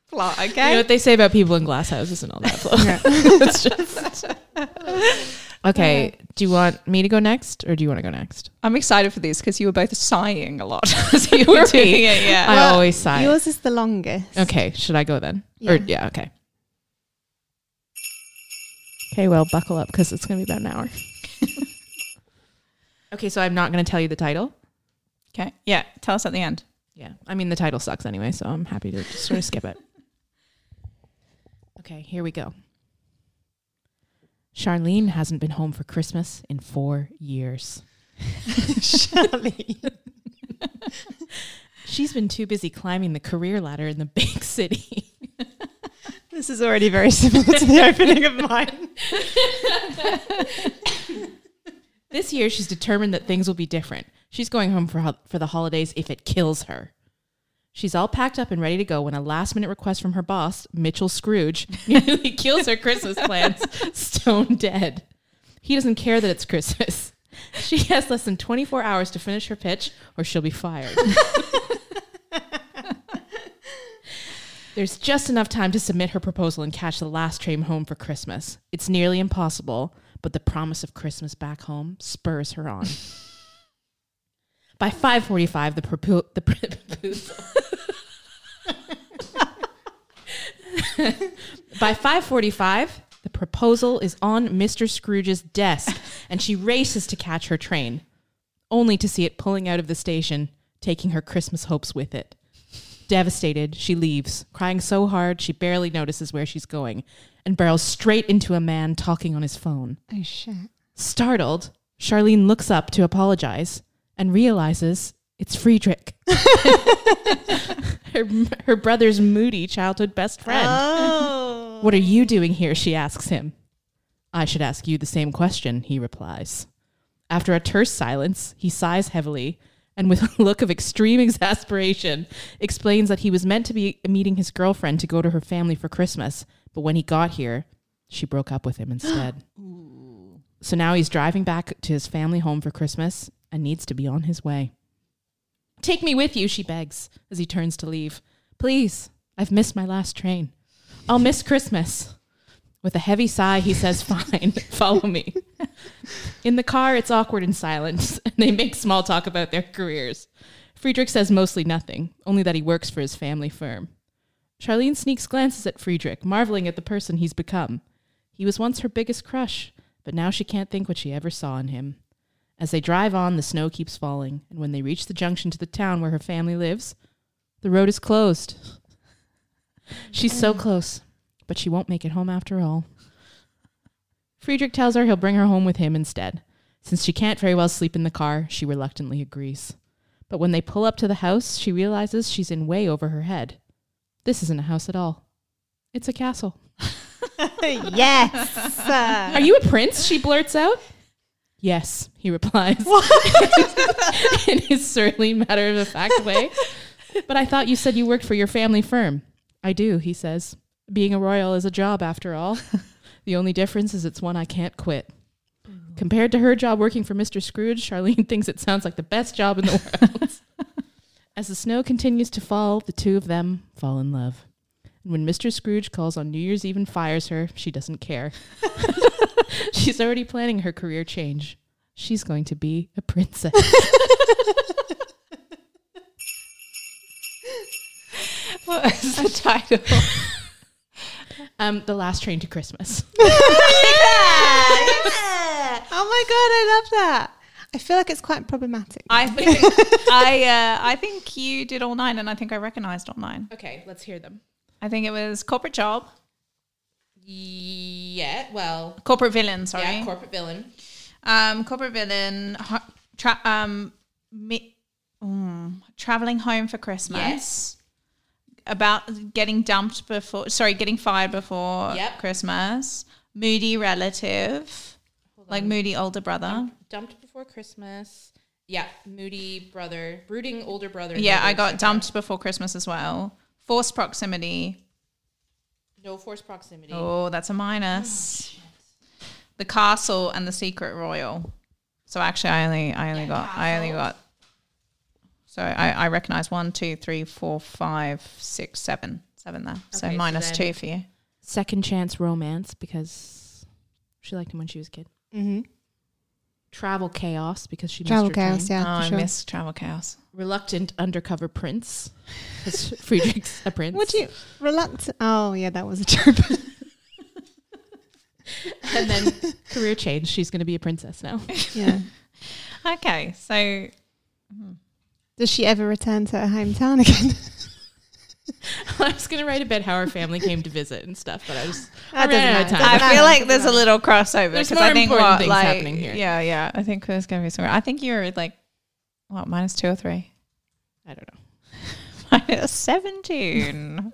Speaker 3: plot, okay?
Speaker 1: You know what they say about people in glass houses and all that. it's just okay. Do you want me to go next, or do you want to go next?
Speaker 3: I'm excited for these because you were both sighing a lot as you were
Speaker 1: Were we?
Speaker 3: doing it. Yeah.
Speaker 1: I
Speaker 2: Well,
Speaker 1: always sigh.
Speaker 2: Yours is the longest.
Speaker 1: Okay, should I go then? Or
Speaker 2: Yeah.
Speaker 1: yeah, okay. Okay, well, buckle up because it's going to be about an hour. okay, so I'm not going to tell you the title.
Speaker 3: Okay. Yeah. Tell us at the end.
Speaker 1: Yeah, I mean the title sucks anyway, so I'm happy to just sort of skip it. Okay, here we go. Charlene hasn't been home for Christmas in four years.
Speaker 2: Charlie.
Speaker 1: She's been too busy climbing the career ladder in the big city.
Speaker 2: This is already very similar to the opening of mine.
Speaker 1: This year, she's determined that things will be different. She's going home for, hol- for the holidays if it kills her. She's all packed up and ready to go when a last minute request from her boss, Mitchell Scrooge, nearly kills her Christmas plans stone dead. He doesn't care that it's Christmas. She has less than 24 hours to finish her pitch or she'll be fired. There's just enough time to submit her proposal and catch the last train home for Christmas. It's nearly impossible, but the promise of Christmas back home spurs her on. By 5:45, the propo- the pr- proposal. By 5:45, the proposal is on Mr. Scrooge's desk, and she races to catch her train, only to see it pulling out of the station, taking her Christmas hopes with it. Devastated, she leaves, crying so hard she barely notices where she's going, and barrels straight into a man talking on his phone.
Speaker 2: Oh shit.
Speaker 1: Startled, Charlene looks up to apologize and realizes it's Friedrich, her, her brother's moody childhood best friend.
Speaker 2: Oh.
Speaker 1: What are you doing here? she asks him. I should ask you the same question, he replies. After a terse silence, he sighs heavily and, with a look of extreme exasperation, explains that he was meant to be meeting his girlfriend to go to her family for Christmas, but when he got here, she broke up with him instead. so now he's driving back to his family home for Christmas and needs to be on his way. Take me with you, she begs as he turns to leave. Please, I've missed my last train. I'll miss Christmas. With a heavy sigh, he says, Fine, follow me. In the car, it's awkward and silent, and they make small talk about their careers. Friedrich says mostly nothing, only that he works for his family firm. Charlene sneaks glances at Friedrich, marveling at the person he's become. He was once her biggest crush, but now she can't think what she ever saw in him. As they drive on, the snow keeps falling, and when they reach the junction to the town where her family lives, the road is closed. She's so close, but she won't make it home after all. Friedrich tells her he'll bring her home with him instead. Since she can't very well sleep in the car, she reluctantly agrees. But when they pull up to the house, she realizes she's in way over her head. This isn't a house at all. It's a castle.
Speaker 2: yes.
Speaker 1: Are you a prince? She blurts out. Yes, he replies in his surly, matter of fact way. But I thought you said you worked for your family firm. I do, he says. Being a royal is a job after all. The only difference is it's one I can't quit. Compared to her job working for Mr. Scrooge, Charlene thinks it sounds like the best job in the world. As the snow continues to fall, the two of them fall in love. And when Mr. Scrooge calls on New Year's Eve and fires her, she doesn't care. She's already planning her career change. She's going to be a princess.
Speaker 3: What is the title?
Speaker 1: um, the last train to Christmas.
Speaker 2: Oh my god, I love that. I feel like it's quite problematic.
Speaker 3: I think I uh, I think you did all nine, and I think I recognized all nine.
Speaker 1: Okay, let's hear them.
Speaker 3: I think it was corporate job,
Speaker 1: Yeah, well,
Speaker 3: corporate villain. Sorry,
Speaker 1: corporate villain.
Speaker 3: um, corporate villain. ho- Tra- um, me, mm, traveling home for Christmas.
Speaker 1: Yes.
Speaker 3: About getting dumped before. Sorry, getting fired before
Speaker 1: Yep.
Speaker 3: Christmas. Moody relative, like moody older brother.
Speaker 1: Dumped before Christmas. Yeah, moody brother, brooding older brother.
Speaker 3: Yeah, I got dumped before Christmas as well. Forced proximity.
Speaker 1: No forced proximity.
Speaker 3: Oh, that's a minus. the castle and the secret royal. So actually, I only, I only got, I only got. So I, I recognize one, two, three, four, five, six, seven, seven there.
Speaker 1: Okay,
Speaker 3: so
Speaker 1: so
Speaker 3: minus
Speaker 1: then-
Speaker 3: two for you.
Speaker 1: Second chance romance because she liked him when she was a kid.
Speaker 2: mm-hmm.
Speaker 1: Travel chaos because she
Speaker 2: Travel
Speaker 1: missed her
Speaker 2: chaos,
Speaker 1: train.
Speaker 2: yeah,
Speaker 3: oh,
Speaker 2: for
Speaker 3: I
Speaker 2: sure.
Speaker 3: missed travel chaos.
Speaker 1: Reluctant undercover prince. 'cause Friedrich's a prince.
Speaker 2: Would you reluctant? Oh yeah, that was a joke.
Speaker 1: And then career change. She's going to be a princess now.
Speaker 2: yeah.
Speaker 3: Okay, so
Speaker 2: Does she ever return to her hometown again?
Speaker 1: I was going to write about how her family came to visit and stuff, but I was
Speaker 2: That
Speaker 1: ran out of
Speaker 2: doesn't
Speaker 1: time.
Speaker 2: matter.
Speaker 3: I feel like there's a little crossover
Speaker 1: There's
Speaker 3: because
Speaker 1: more
Speaker 3: I think
Speaker 1: important
Speaker 3: what
Speaker 1: things
Speaker 3: like
Speaker 1: happening here.
Speaker 3: yeah, yeah. I think there's gonna be some. I think you're like what minus two or three,
Speaker 1: I don't know.
Speaker 3: minus seventeen.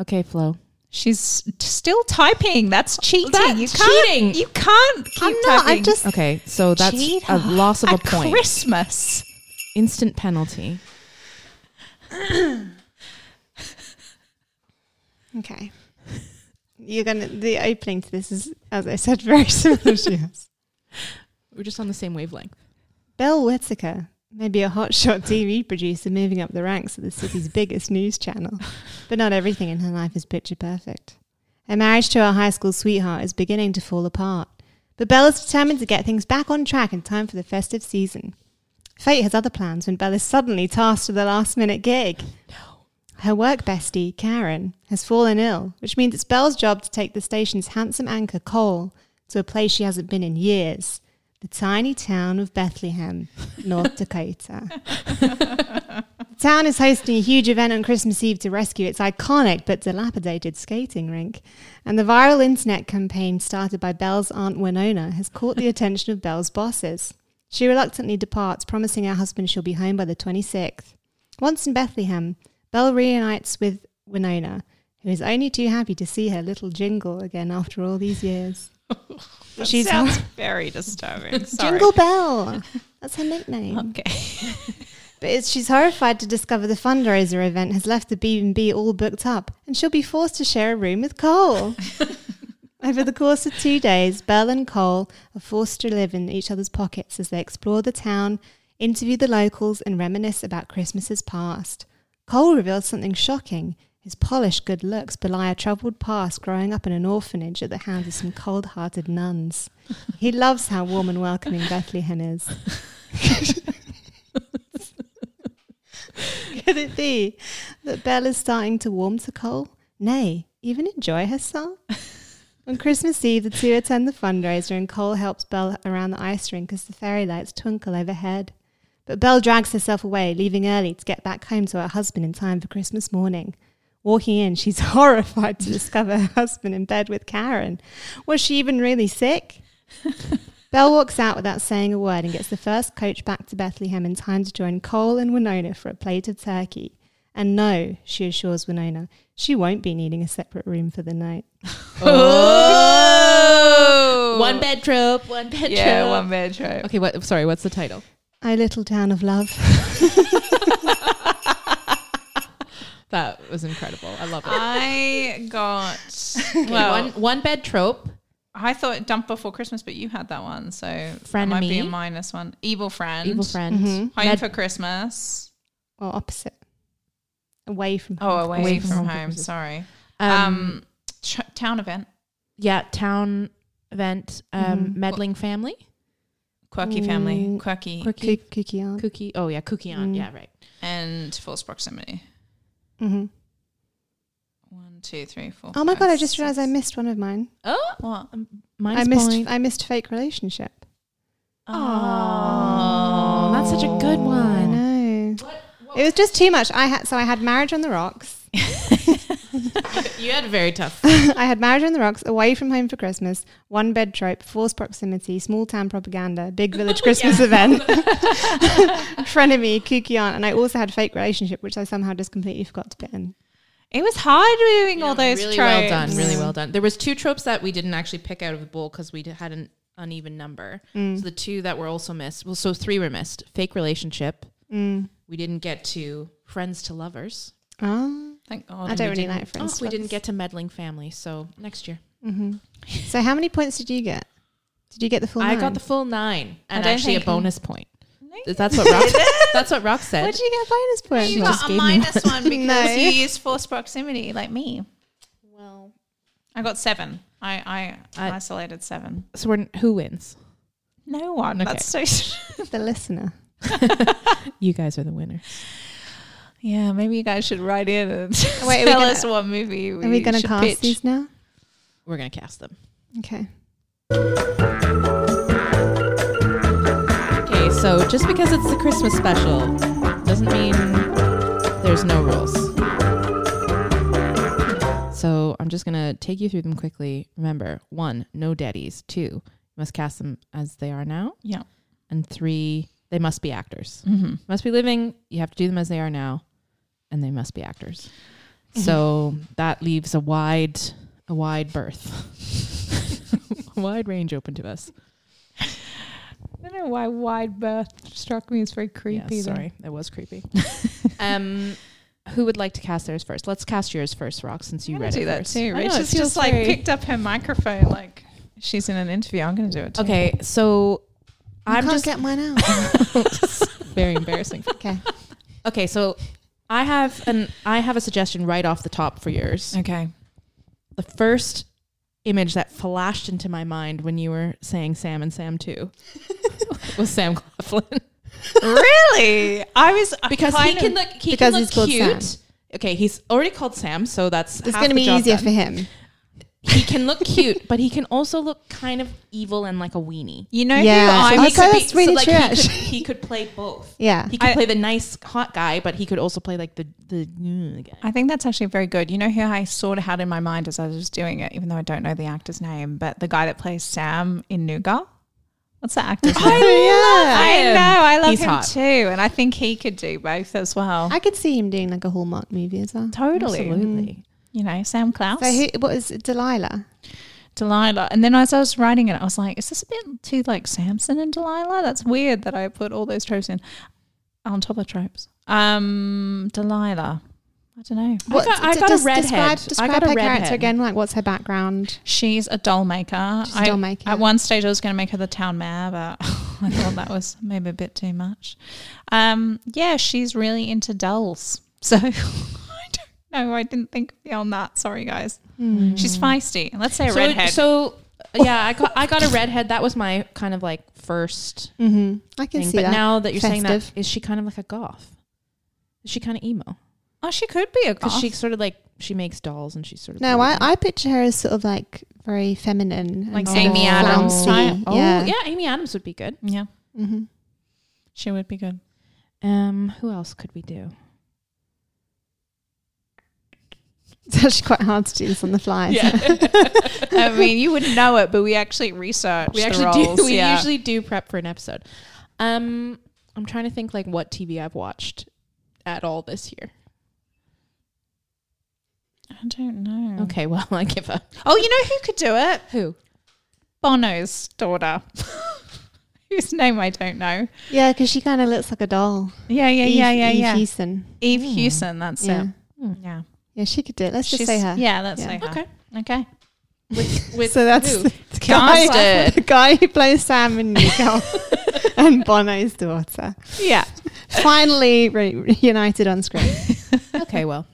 Speaker 1: Okay, Flo.
Speaker 3: She's still typing. That's cheating.
Speaker 1: That's
Speaker 3: you can't.
Speaker 1: cheating.
Speaker 3: You can't keep
Speaker 2: I'm not.
Speaker 3: typing.
Speaker 2: I just
Speaker 1: Okay, so that's a
Speaker 3: Cheetah.
Speaker 1: loss of a
Speaker 3: At
Speaker 1: point.
Speaker 3: Christmas.
Speaker 1: Instant penalty.
Speaker 2: okay. You're gonna the opening to this is, as I said, very similar to yours.
Speaker 1: We're just on the same wavelength.
Speaker 2: Bill Whitaker, maybe a hotshot TV producer moving up the ranks of the city's biggest news channel, but not everything in her life is picture perfect. Her marriage to her high school sweetheart is beginning to fall apart, but Belle is determined to get things back on track in time for the festive season. Fate has other plans when Belle is suddenly tasked with a last minute gig. Her work bestie, Karen, has fallen ill, which means it's Belle's job to take the station's handsome anchor, Cole, to a place she hasn't been in years the tiny town of Bethlehem, North Dakota. the town is hosting a huge event on Christmas Eve to rescue its iconic but dilapidated skating rink. And the viral internet campaign started by Belle's aunt Winona has caught the attention of Belle's bosses. She reluctantly departs, promising her husband she'll be home by the 26th. Once in Bethlehem, Belle reunites with Winona, who is only too happy to see her little jingle again after all these years.
Speaker 3: That
Speaker 2: She's-
Speaker 3: sounds very disturbing. Sorry.
Speaker 2: Jingle Bell! That's her nickname.
Speaker 3: Okay.
Speaker 2: But it's, she's horrified to discover the fundraiser event has left the B&B all booked up, and she'll be forced to share a room with Cole. Over the course of two days, Belle and Cole are forced to live in each other's pockets as they explore the town, interview the locals, and reminisce about Christmases past. Cole reveals something shocking. His polished good looks belie a troubled past growing up in an orphanage at the hands of some cold hearted nuns. He loves how warm and welcoming Bethlehem is. Could it be that Belle is starting to warm to Cole? Nay, even enjoy herself? On Christmas Eve, the two attend the fundraiser, and Cole helps Belle around the ice rink as the fairy lights twinkle overhead. But Belle drags herself away, leaving early to get back home to her husband in time for Christmas morning. Walking in, she's horrified to discover her husband in bed with Karen. Was she even really sick? Belle walks out without saying a word and gets the first coach back to Bethlehem in time to join Cole and Winona for a plate of turkey. And no, she assures Winona, she won't be needing a separate room for the night.
Speaker 3: Oh.
Speaker 1: One bed trope. One bed
Speaker 3: Yeah,
Speaker 1: trope.
Speaker 3: one bed trope.
Speaker 1: Okay, what? Sorry, what's the title?
Speaker 2: I little town of love.
Speaker 1: That was incredible. I love it.
Speaker 2: Uh,
Speaker 3: I got.
Speaker 1: Okay,
Speaker 3: Well,
Speaker 1: one one bed trope.
Speaker 3: I thought dump before Christmas, but you had that one, so that might
Speaker 1: Frenemy.
Speaker 3: be a minus one. Evil friend. Mm-hmm.
Speaker 1: Evil friend.
Speaker 2: Mhm.
Speaker 3: Home
Speaker 1: Med-
Speaker 3: for Christmas.
Speaker 2: or opposite? Away from
Speaker 3: Oh, away,
Speaker 1: Away
Speaker 3: from,
Speaker 1: from
Speaker 3: home.
Speaker 1: home
Speaker 2: purposes.
Speaker 3: Sorry.
Speaker 1: Um,
Speaker 3: Um, ch- town event,
Speaker 1: yeah, town event, um,
Speaker 2: Mhm.
Speaker 1: meddling family,
Speaker 3: quirky family,
Speaker 2: Mm,
Speaker 3: quirky,
Speaker 1: quirky,
Speaker 2: Cook- cookie yarn.
Speaker 1: cookie. Oh yeah, cookie on.
Speaker 2: Mm.
Speaker 1: Yeah, right.
Speaker 3: and forced proximity.
Speaker 2: Mhm.
Speaker 3: One, two, three, four.
Speaker 2: Oh my
Speaker 3: five,
Speaker 2: god! I just realized I
Speaker 3: six.
Speaker 2: missed one of mine.
Speaker 3: Oh, what?
Speaker 1: Mine's
Speaker 2: I missed.
Speaker 1: point.
Speaker 2: I missed fake relationship.
Speaker 1: Oh, that's such a good
Speaker 2: I
Speaker 1: one.
Speaker 2: know. It was just too much. I had so I had marriage on the rocks.
Speaker 1: you had a very tough.
Speaker 2: I had marriage on the rocks, away from home for Christmas, one bed trope, forced proximity, small town propaganda, big village Christmas event, frenemy, kooky aunt, and I also had fake relationship, which I somehow just completely forgot to put in.
Speaker 3: It was hard doing all those
Speaker 1: really
Speaker 3: tropes.
Speaker 1: well done. Really well done. There was two tropes that we didn't actually pick out of the bowl because we d- had an uneven number. So the two that were also missed. Well, so three were missed. Fake relationship.
Speaker 2: Mm.
Speaker 1: We didn't get to friends to lovers.
Speaker 2: Ah,
Speaker 3: Thank God.
Speaker 2: I
Speaker 3: we
Speaker 2: don't really
Speaker 3: didn't-
Speaker 2: like
Speaker 1: Oh,
Speaker 2: friends.
Speaker 1: we didn't get to meddling family. So next year,
Speaker 2: hmm So how many points did you get? Did you get the full?
Speaker 1: I
Speaker 2: nine?
Speaker 1: got the full nine and
Speaker 3: don't
Speaker 1: actually a
Speaker 3: think I-
Speaker 1: bonus point.
Speaker 3: No,
Speaker 1: That's what Rob. that's what Rob said.
Speaker 2: Where did you get bonus points?
Speaker 1: She
Speaker 3: You
Speaker 1: just
Speaker 3: got a
Speaker 1: gave me
Speaker 3: minus one because
Speaker 2: No.
Speaker 3: you used forced proximity, like me.
Speaker 1: well,
Speaker 3: I got seven. I, I,
Speaker 1: I-
Speaker 3: isolated seven.
Speaker 1: so we're, who wins?
Speaker 3: No one.
Speaker 1: Okay.
Speaker 3: That's so.
Speaker 2: the listener.
Speaker 1: You guys are the winner.
Speaker 3: yeah, maybe you guys should write in and
Speaker 2: Wait, are we
Speaker 3: tell
Speaker 2: gonna-
Speaker 3: us what movie we
Speaker 2: Are we going to
Speaker 3: should
Speaker 2: cast
Speaker 3: pitch.
Speaker 2: these now?
Speaker 1: We're gonna cast them.
Speaker 2: Okay.
Speaker 1: Okay, so just because it's the Christmas special doesn't mean there's no rules. So I'm just gonna take you through them quickly. Remember, one, no daddies. Two, you must cast them as they are now.
Speaker 3: Yeah.
Speaker 1: And three, they must be actors.
Speaker 3: Mm-hmm.
Speaker 1: Must be living. You have to do them as they are now, and they must be actors. So that leaves a wide, a wide berth, a wide range open to us.
Speaker 3: I don't know why wide berth struck me as very creepy.
Speaker 1: Yeah, sorry, it was creepy. um, who would like to cast theirs first? Let's cast yours first, Rock, since you
Speaker 3: You
Speaker 1: read
Speaker 3: do
Speaker 1: it
Speaker 3: that
Speaker 1: first.
Speaker 3: too.
Speaker 1: I know,
Speaker 3: Rach
Speaker 1: it
Speaker 3: has
Speaker 1: feels
Speaker 3: just like
Speaker 1: very-
Speaker 3: picked up her microphone, like she's in an interview. I'm going to do it. Too.
Speaker 1: Okay, so
Speaker 2: I
Speaker 1: I'm
Speaker 2: can't
Speaker 1: just
Speaker 2: get mine out.
Speaker 1: very embarrassing.
Speaker 2: okay.
Speaker 1: Okay, so I have an I have a suggestion right off the top for yours.
Speaker 3: Okay.
Speaker 1: The first image that flashed into my mind when you were saying Sam and Sam too was Sam Claflin
Speaker 3: really? I was I
Speaker 1: because he
Speaker 3: kind
Speaker 1: can
Speaker 3: of-
Speaker 1: look he
Speaker 2: Because
Speaker 1: can
Speaker 2: he's
Speaker 1: look
Speaker 2: called
Speaker 1: cute.
Speaker 2: Sam.
Speaker 1: Okay, he's already called Sam, so that's
Speaker 2: It's
Speaker 1: going to
Speaker 2: be easier for him.
Speaker 1: he can look cute, but he can also look kind of evil and like a weenie.
Speaker 3: You know
Speaker 2: Yeah.
Speaker 3: who I
Speaker 2: Oh,
Speaker 3: was.
Speaker 2: God, that's really
Speaker 1: like
Speaker 2: true,
Speaker 1: he, could,
Speaker 2: actually.
Speaker 1: he could play both.
Speaker 2: Yeah.
Speaker 1: He could
Speaker 3: I-
Speaker 1: play the nice hot guy, but he could also play like the the mm, guy.
Speaker 3: I think that's actually very good. You know who I sort of had in my mind as I was doing it, even though I don't know the actor's name, but the guy that plays Sam in Nougat. What's that actor's name?
Speaker 2: yeah.
Speaker 3: I know. I love
Speaker 1: Oh, He's
Speaker 3: him
Speaker 1: hot.
Speaker 3: too, and I think he could do both as well.
Speaker 2: I could see him doing like a Hallmark movie as well.
Speaker 3: totally.
Speaker 1: Absolutely.
Speaker 3: You know, Sam Klaus,
Speaker 2: So who, what was it, Delilah?
Speaker 3: Delilah. And then as I was writing it, I was like, is this a bit too like Samson and Delilah? That's weird that I put all those tropes in on top of tropes. Um, Delilah. I don't know.
Speaker 1: I got- I got a redhead.
Speaker 2: Describe,
Speaker 1: I
Speaker 2: describe
Speaker 1: got a
Speaker 2: her
Speaker 1: redhead.
Speaker 2: character again. Like, what's her background?
Speaker 3: She's a doll maker.
Speaker 2: She's a
Speaker 3: Uh, I,
Speaker 2: doll maker.
Speaker 3: At one stage, I was going to make her the town mayor, but I thought that was maybe a bit too much. Um, yeah, she's really into dolls. So I don't know. I didn't think beyond that. Sorry, guys.
Speaker 2: Hmm.
Speaker 3: Mm. She's
Speaker 2: Mm.
Speaker 3: feisty. Let's say a
Speaker 1: So,
Speaker 3: redhead.
Speaker 1: so yeah, I got I got a redhead. That was my kind of like first
Speaker 2: Mm-hmm. I can
Speaker 1: thing.
Speaker 2: see
Speaker 1: But
Speaker 2: that.
Speaker 1: now that you're saying that,
Speaker 2: Festive.
Speaker 1: is she kind of like a goth? Is she kind of emo?
Speaker 3: oh, she could be a
Speaker 1: Because
Speaker 3: goth.
Speaker 1: she sort of like she makes dolls and she's sort of
Speaker 2: no, I,
Speaker 1: weird.
Speaker 2: I picture her as sort of like very feminine, and
Speaker 3: Like
Speaker 2: sort of
Speaker 3: Amy Adams
Speaker 2: flouncy.
Speaker 3: type.
Speaker 1: oh
Speaker 2: yeah.
Speaker 1: yeah. Amy Adams would be good.
Speaker 3: yeah,
Speaker 2: Mm-hmm.
Speaker 3: she would be good.
Speaker 1: Um, who else could we do?
Speaker 2: It's actually quite hard to do this on the fly.
Speaker 3: I mean, you wouldn't know it, but we actually researched.
Speaker 1: we
Speaker 3: the
Speaker 1: actually
Speaker 3: roles,
Speaker 1: do we
Speaker 3: yeah.
Speaker 1: usually do prep for an episode um i'm trying to think like what tv i've watched at all this year
Speaker 3: I don't know.
Speaker 1: okay well i give up
Speaker 3: Oh, you know Hmm. who could do it?
Speaker 1: who
Speaker 3: Bono's daughter, whose name I don't know.
Speaker 2: yeah, because she kind of looks like a doll.
Speaker 3: Yeah, yeah, yeah,
Speaker 2: Eve-
Speaker 3: yeah,
Speaker 2: Eve
Speaker 3: yeah.
Speaker 2: Hewson.
Speaker 3: Eve
Speaker 1: Hmm.
Speaker 3: Hewson, that's
Speaker 2: Yeah.
Speaker 3: it. Yeah.
Speaker 2: Yeah, she could do it. Let's just
Speaker 3: She's-
Speaker 2: say her.
Speaker 3: Yeah, let's
Speaker 2: Yeah.
Speaker 3: say her.
Speaker 1: okay
Speaker 3: Okay.
Speaker 1: with, with
Speaker 2: so that's
Speaker 1: who?
Speaker 2: the guy,
Speaker 3: Casted.
Speaker 2: the guy who plays Sam in New Girl. and Bono's daughter.
Speaker 3: Yeah.
Speaker 2: Finally re- reunited on screen.
Speaker 1: okay, well,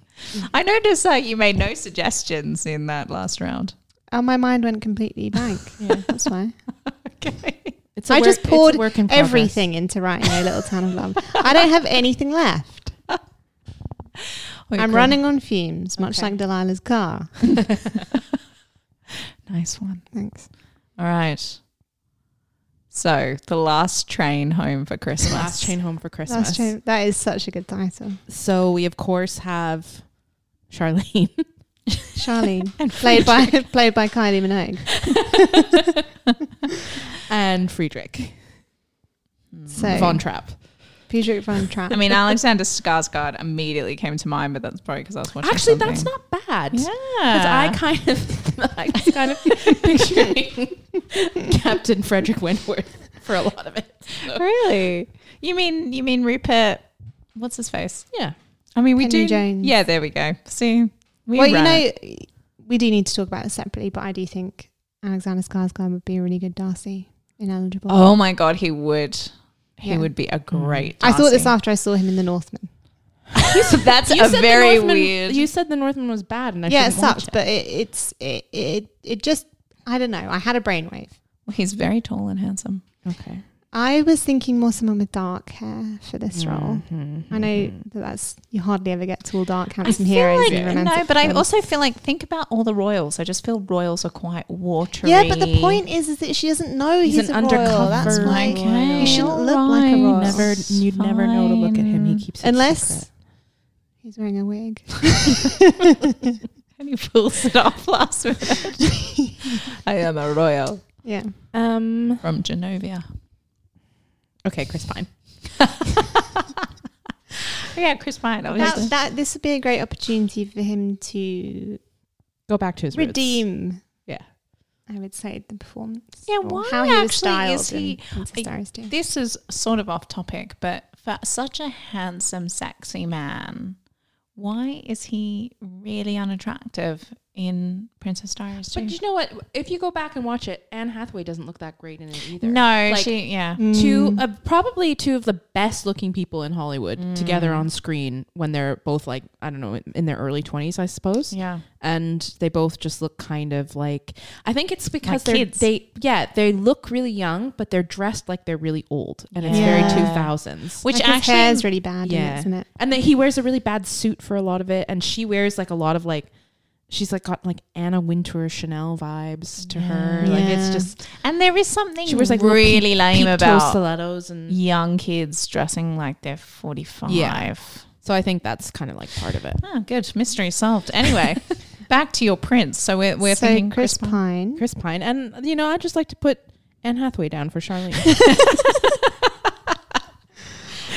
Speaker 3: I noticed that you made no suggestions in that last round.
Speaker 2: Oh, my mind went completely blank. Yeah, that's why.
Speaker 3: Okay.
Speaker 1: it's
Speaker 2: I
Speaker 1: work-
Speaker 2: just
Speaker 1: it's a
Speaker 2: poured
Speaker 1: work in progress.
Speaker 2: Everything into writing a little town of love. I don't have anything left.
Speaker 3: Oh,
Speaker 2: I'm running on fumes, much
Speaker 3: Okay.
Speaker 2: like Delilah's car.
Speaker 3: Nice one.
Speaker 2: Thanks.
Speaker 3: All right. So the last train home for Christmas.
Speaker 1: Last train home for Christmas.
Speaker 2: Last train. That is such a good title.
Speaker 1: So we of course have Charlene.
Speaker 2: Charlene, played by played by Kylie Minogue.
Speaker 1: and Friedrich
Speaker 2: So
Speaker 1: Mm. von Trapp.
Speaker 2: Friedrich von Trapp.
Speaker 3: I mean, Alexander Skarsgård immediately came to mind, but that's probably because I was watching.
Speaker 1: Actually, that's
Speaker 3: something.
Speaker 1: not bad. Because
Speaker 3: Yeah.
Speaker 1: I kind of, I was kind of picturing Captain Frederick Wentworth for a lot of it.
Speaker 3: really. You mean you mean Rupert? What's his face?
Speaker 1: Yeah.
Speaker 3: I mean, we
Speaker 2: Henry
Speaker 3: do.
Speaker 2: Jones.
Speaker 3: Yeah, there we go. See, we
Speaker 2: well,
Speaker 3: ran it.
Speaker 2: you know, we do need to talk about it separately, but I do think Alexander Skarsgård would be a really good Darcy in Eligible.
Speaker 3: Oh my god, he would. He
Speaker 2: Yeah.
Speaker 3: would be a great.
Speaker 2: I thought this
Speaker 3: Darcy.
Speaker 2: after I saw him in The Northman.
Speaker 3: that's
Speaker 1: You
Speaker 3: a
Speaker 1: said the
Speaker 3: very
Speaker 1: Northman-
Speaker 3: weird.
Speaker 1: You said the Northman was bad, and I
Speaker 2: yeah, it
Speaker 1: shouldn't watch
Speaker 2: sucked, but it, it's it, it it just I don't know. I had a brainwave.
Speaker 3: He's very tall and handsome.
Speaker 1: okay.
Speaker 2: I was thinking more someone with dark hair for this
Speaker 3: Mm.
Speaker 1: Oh.
Speaker 2: role. I know
Speaker 3: Mm-hmm.
Speaker 2: that that's you hardly ever get tall, dark, handsome heroes in romantic
Speaker 3: no, but I
Speaker 2: films.
Speaker 3: also feel like think about all the royals. I just feel royals are quite watery.
Speaker 2: yeah. But the point is, is that she doesn't know he's,
Speaker 1: He's, an
Speaker 2: a Royal.
Speaker 1: undercover.
Speaker 2: That's why
Speaker 3: like, okay,
Speaker 2: you shouldn't look like a
Speaker 3: alright.
Speaker 2: royal.
Speaker 1: You never, you'd never know to look at him. He
Speaker 3: Fine.
Speaker 1: keeps it
Speaker 2: unless
Speaker 1: secret.
Speaker 2: he's wearing a wig.
Speaker 3: and he pulls it off last minute. I am a royal
Speaker 2: Yeah.
Speaker 1: Um.
Speaker 3: from Genovia.
Speaker 1: Okay, Chris Pine.
Speaker 3: Yeah, Chris Pine.
Speaker 2: That, that this would be a great opportunity for him to
Speaker 1: Go back to his roots.
Speaker 2: redeem.
Speaker 1: Yeah.
Speaker 2: I would say the performance.
Speaker 3: Yeah,
Speaker 2: or
Speaker 3: why
Speaker 2: how he was
Speaker 3: actually
Speaker 2: styled
Speaker 3: is he-
Speaker 2: in Princess
Speaker 3: I-
Speaker 2: Diaries too.
Speaker 3: this is sort of off topic, but for such a handsome, sexy man, why is he really unattractive in Princess Diaries too?
Speaker 1: But you know what? If you go back and watch it, Anne Hathaway doesn't look that great in it either.
Speaker 3: no,
Speaker 1: Like,
Speaker 3: she yeah.
Speaker 1: two uh, probably two of the best looking people in Hollywood
Speaker 3: Mm.
Speaker 1: together on screen when they're both like I don't know in their early 20s I suppose
Speaker 3: Yeah.
Speaker 1: and they both just look kind of like I think it's because they're
Speaker 3: kids.
Speaker 1: they yeah they look really young but they're dressed like they're really old and it's very
Speaker 2: Yeah.
Speaker 1: 2000s
Speaker 3: Which
Speaker 2: Like, his
Speaker 3: actually
Speaker 2: hair's really bad, in
Speaker 1: yeah
Speaker 2: it, isn't it?
Speaker 1: and then he wears a really bad suit for a lot of it and she wears like a lot of like she's like got like Anna Wintour Chanel vibes to her like it's
Speaker 2: Yeah.
Speaker 1: just
Speaker 3: And there is something
Speaker 1: She wears, like, little
Speaker 3: really lame
Speaker 1: peep-toe
Speaker 3: about
Speaker 1: stilettos and
Speaker 3: young kids dressing like they're 45.
Speaker 1: Yeah. so I think that's kind of like part of it
Speaker 3: Oh, good. Mystery solved. Anyway, back to your prince. So we're, we're
Speaker 2: so
Speaker 3: thinking
Speaker 2: Chris
Speaker 3: Chris Pine.
Speaker 2: Pine.
Speaker 1: Chris Pine. And, you know, I'd just like to put Anne Hathaway down for Charlene.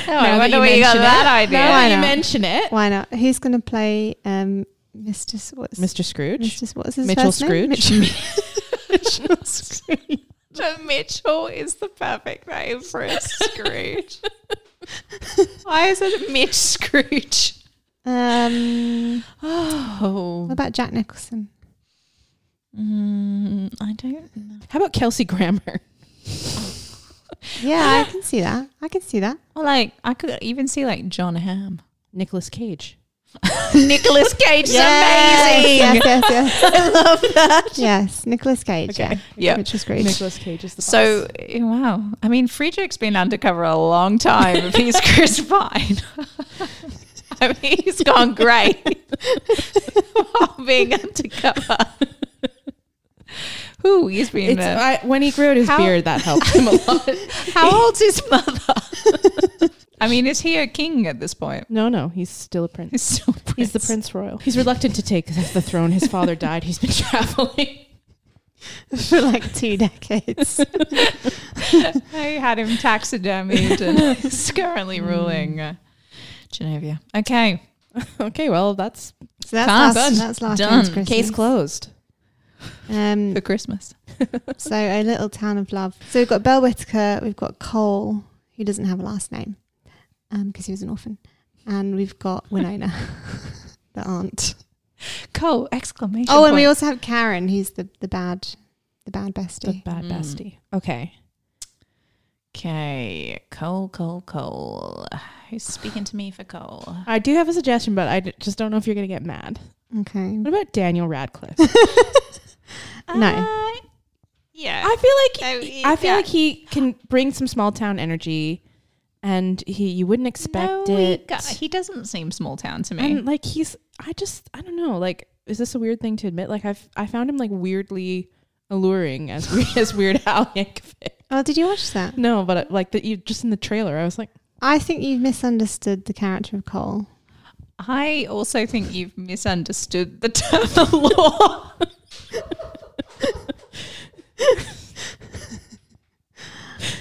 Speaker 3: Oh,
Speaker 1: Now
Speaker 3: I
Speaker 1: that
Speaker 3: wonder
Speaker 1: you
Speaker 3: where you got
Speaker 1: mention
Speaker 3: that
Speaker 1: it.
Speaker 3: idea.
Speaker 1: Now
Speaker 2: Why
Speaker 1: that you
Speaker 2: not?
Speaker 1: mention it.
Speaker 2: Why not? Who's going to play um, Mr. S- What's
Speaker 1: Mr. Scrooge.
Speaker 2: Mr. S- What's his
Speaker 1: Mitchell
Speaker 2: first
Speaker 1: Scrooge.
Speaker 2: name? Mitchell.
Speaker 3: So Mitchell is the perfect name for a Scrooge. Why is it Mitch Scrooge?
Speaker 2: um, what
Speaker 3: Oh.
Speaker 2: about Jack Nicholson?
Speaker 3: Mm, I don't know.
Speaker 1: How about Kelsey Grammer?
Speaker 2: Yeah, I can see that. I can see that.
Speaker 3: Or like, I could even see like John Hamm.
Speaker 1: Nicolas Cage.
Speaker 3: Nicholas Cage is
Speaker 2: Yes, yes, yes. I love that. Yes, Nicolas Cage. Yeah,
Speaker 3: Yeah.
Speaker 2: Mitchell Scrooge.
Speaker 1: Nicolas Cage is the
Speaker 3: So eh, wow, I mean, Friedrich's been undercover a long time. If he's Chris Pine, I mean, he's gone great while being undercover. Ooh, he's
Speaker 1: It's,
Speaker 3: been. Uh,
Speaker 1: I, when he grew out his
Speaker 3: How-
Speaker 1: beard, that helped him a lot.
Speaker 3: how old's his mother? I mean, is he a king at this point?
Speaker 1: No, no, he's still a prince.
Speaker 3: He's still
Speaker 1: He's the prince royal. He's reluctant to take the throne. His father died. He's been traveling.
Speaker 2: for like two decades.
Speaker 3: I had him taxidermied and he's currently ruling uh, Geneva. Okay.
Speaker 1: Okay, well, that's
Speaker 2: So that's
Speaker 3: Fast.
Speaker 2: last. That's last.
Speaker 3: Done.
Speaker 2: year's Christmas.
Speaker 1: case closed.
Speaker 2: Um,
Speaker 3: For Christmas.
Speaker 2: so a little town of love. So we've got Belle Whitaker. We've got Cole, who doesn't have a last name, um, because he was an orphan, and we've got Winona, the aunt.
Speaker 3: Co exclamation.
Speaker 2: Oh, and we
Speaker 3: point.
Speaker 2: also have Karen, who's the the bad, the bad
Speaker 1: The
Speaker 2: bestie.
Speaker 1: bad
Speaker 3: Mm.
Speaker 1: bestie. Okay.
Speaker 3: Okay, Cole, Cole, Cole. Who's speaking to me for Cole?
Speaker 1: I do have a suggestion, but I d- just don't know if you're going to get mad.
Speaker 2: Okay.
Speaker 1: What about Daniel Radcliffe?
Speaker 2: No.
Speaker 3: Uh, yeah.
Speaker 1: I feel like
Speaker 3: So
Speaker 1: he-
Speaker 3: he-
Speaker 1: I feel
Speaker 3: yeah.
Speaker 1: like he can bring some small town energy, and he you wouldn't expect
Speaker 3: No, he
Speaker 1: it.
Speaker 3: got- He, doesn't seem small town to me.
Speaker 1: and like he's, I just I don't know. Like, is this a weird thing to admit? Like I've I found him like weirdly alluring as we- as Weird Al Yankovic.
Speaker 2: Oh, did you watch that?
Speaker 1: No, but uh, like that you just in the trailer, I was like,
Speaker 2: I think you've misunderstood the character of Cole.
Speaker 3: I also think you've misunderstood the term the law.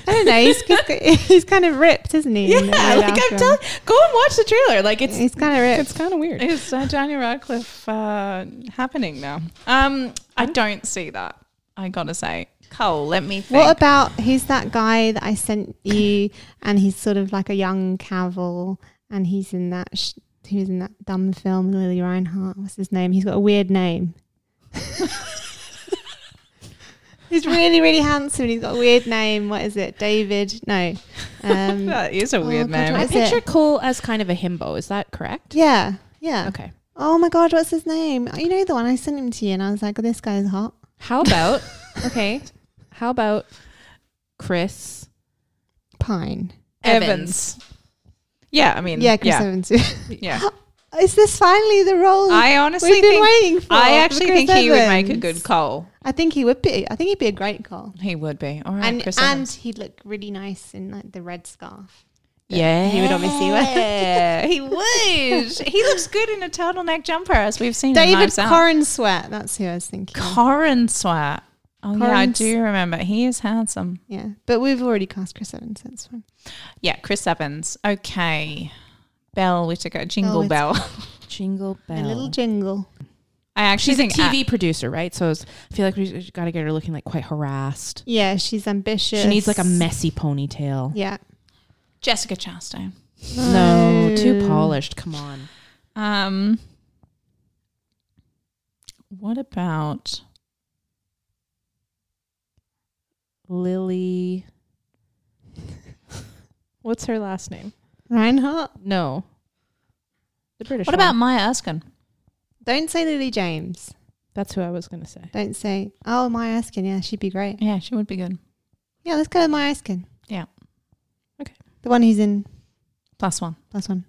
Speaker 2: I don't know. He's, he's, he's kind of ripped, isn't he? in the Red
Speaker 1: like I'm
Speaker 2: Alpha?
Speaker 1: telling, go and watch the trailer. Like it's
Speaker 2: He's kind of ripped.
Speaker 1: it's kind of weird.
Speaker 3: Is uh, Daniel Radcliffe uh, happening now? Um, I don't see that. I gotta say, Cole. Let me think.
Speaker 2: What about he's that guy that I sent you, and he's sort of like a young Cavill, and he's in that sh- he was in that dumb film Lily Reinhart. What's his name? He's got a weird name. he's really really handsome. He's got a weird name. What is it? David? No. Um,
Speaker 3: that is a
Speaker 2: Oh,
Speaker 3: weird
Speaker 2: God,
Speaker 3: name.
Speaker 2: what
Speaker 1: I
Speaker 2: is
Speaker 1: picture
Speaker 2: it?
Speaker 1: Cole as kind of a himbo. Is that correct?
Speaker 2: yeah. Yeah.
Speaker 1: Okay.
Speaker 2: Oh my god, what's his name? You know the one I sent him to you, and I was like, this guy's hot.
Speaker 1: How about okay? How about Chris?
Speaker 2: Pine.
Speaker 3: Evans. Yeah, I mean,
Speaker 2: Yeah, Chris
Speaker 3: yeah,
Speaker 2: Evans.
Speaker 3: yeah.
Speaker 2: is this finally the role?
Speaker 3: I honestly
Speaker 2: We've been
Speaker 3: think
Speaker 2: waiting for
Speaker 3: I actually
Speaker 2: Chris
Speaker 3: think he would make a
Speaker 2: Evans.
Speaker 3: good Cole.
Speaker 2: I think he would be. I think he'd be a great call.
Speaker 3: He would be. All right,
Speaker 2: and
Speaker 3: Chris
Speaker 2: and
Speaker 3: Evans.
Speaker 2: he'd look really nice in like the red scarf.
Speaker 1: Yeah,
Speaker 2: He would obviously wear.
Speaker 3: Yeah, he would. he looks good in a turtleneck jumper, as we've seen. in
Speaker 2: David
Speaker 3: Knives Out.
Speaker 2: Corrin sweat. That's who I was thinking. of.
Speaker 3: Corin Swat. Oh yeah, I
Speaker 2: Corin
Speaker 3: do remember. He is handsome.
Speaker 2: yeah, but we've already cast Chris Evans. That's fine.
Speaker 3: Yeah, Chris Evans. Okay, Belle Whittaker, Jingle
Speaker 2: Whittaker.
Speaker 3: Bell.
Speaker 1: Jingle
Speaker 2: A
Speaker 1: bell.
Speaker 2: little jingle.
Speaker 3: I actually
Speaker 1: She's a TV
Speaker 3: think
Speaker 1: producer, right? So it's- I feel like we got to get her looking like quite harassed.
Speaker 2: Yeah, she's ambitious.
Speaker 1: She needs like a messy ponytail.
Speaker 2: Yeah.
Speaker 3: Jessica Chastain.
Speaker 1: No, too polished. Come on.
Speaker 3: Um, what about
Speaker 1: Lily. What's her last name?
Speaker 2: Reinhardt.
Speaker 1: No. The British.
Speaker 3: what
Speaker 1: one.
Speaker 3: about Maya Erskine?
Speaker 2: Don't say Lily James.
Speaker 1: That's who I was going to say.
Speaker 2: Don't say oh Maya Askin. Yeah, she'd be great.
Speaker 3: Yeah, she would be good.
Speaker 2: Yeah, let's go with Maya Askin.
Speaker 3: Yeah.
Speaker 1: Okay.
Speaker 2: The one who's in
Speaker 3: Plus one.
Speaker 2: last one.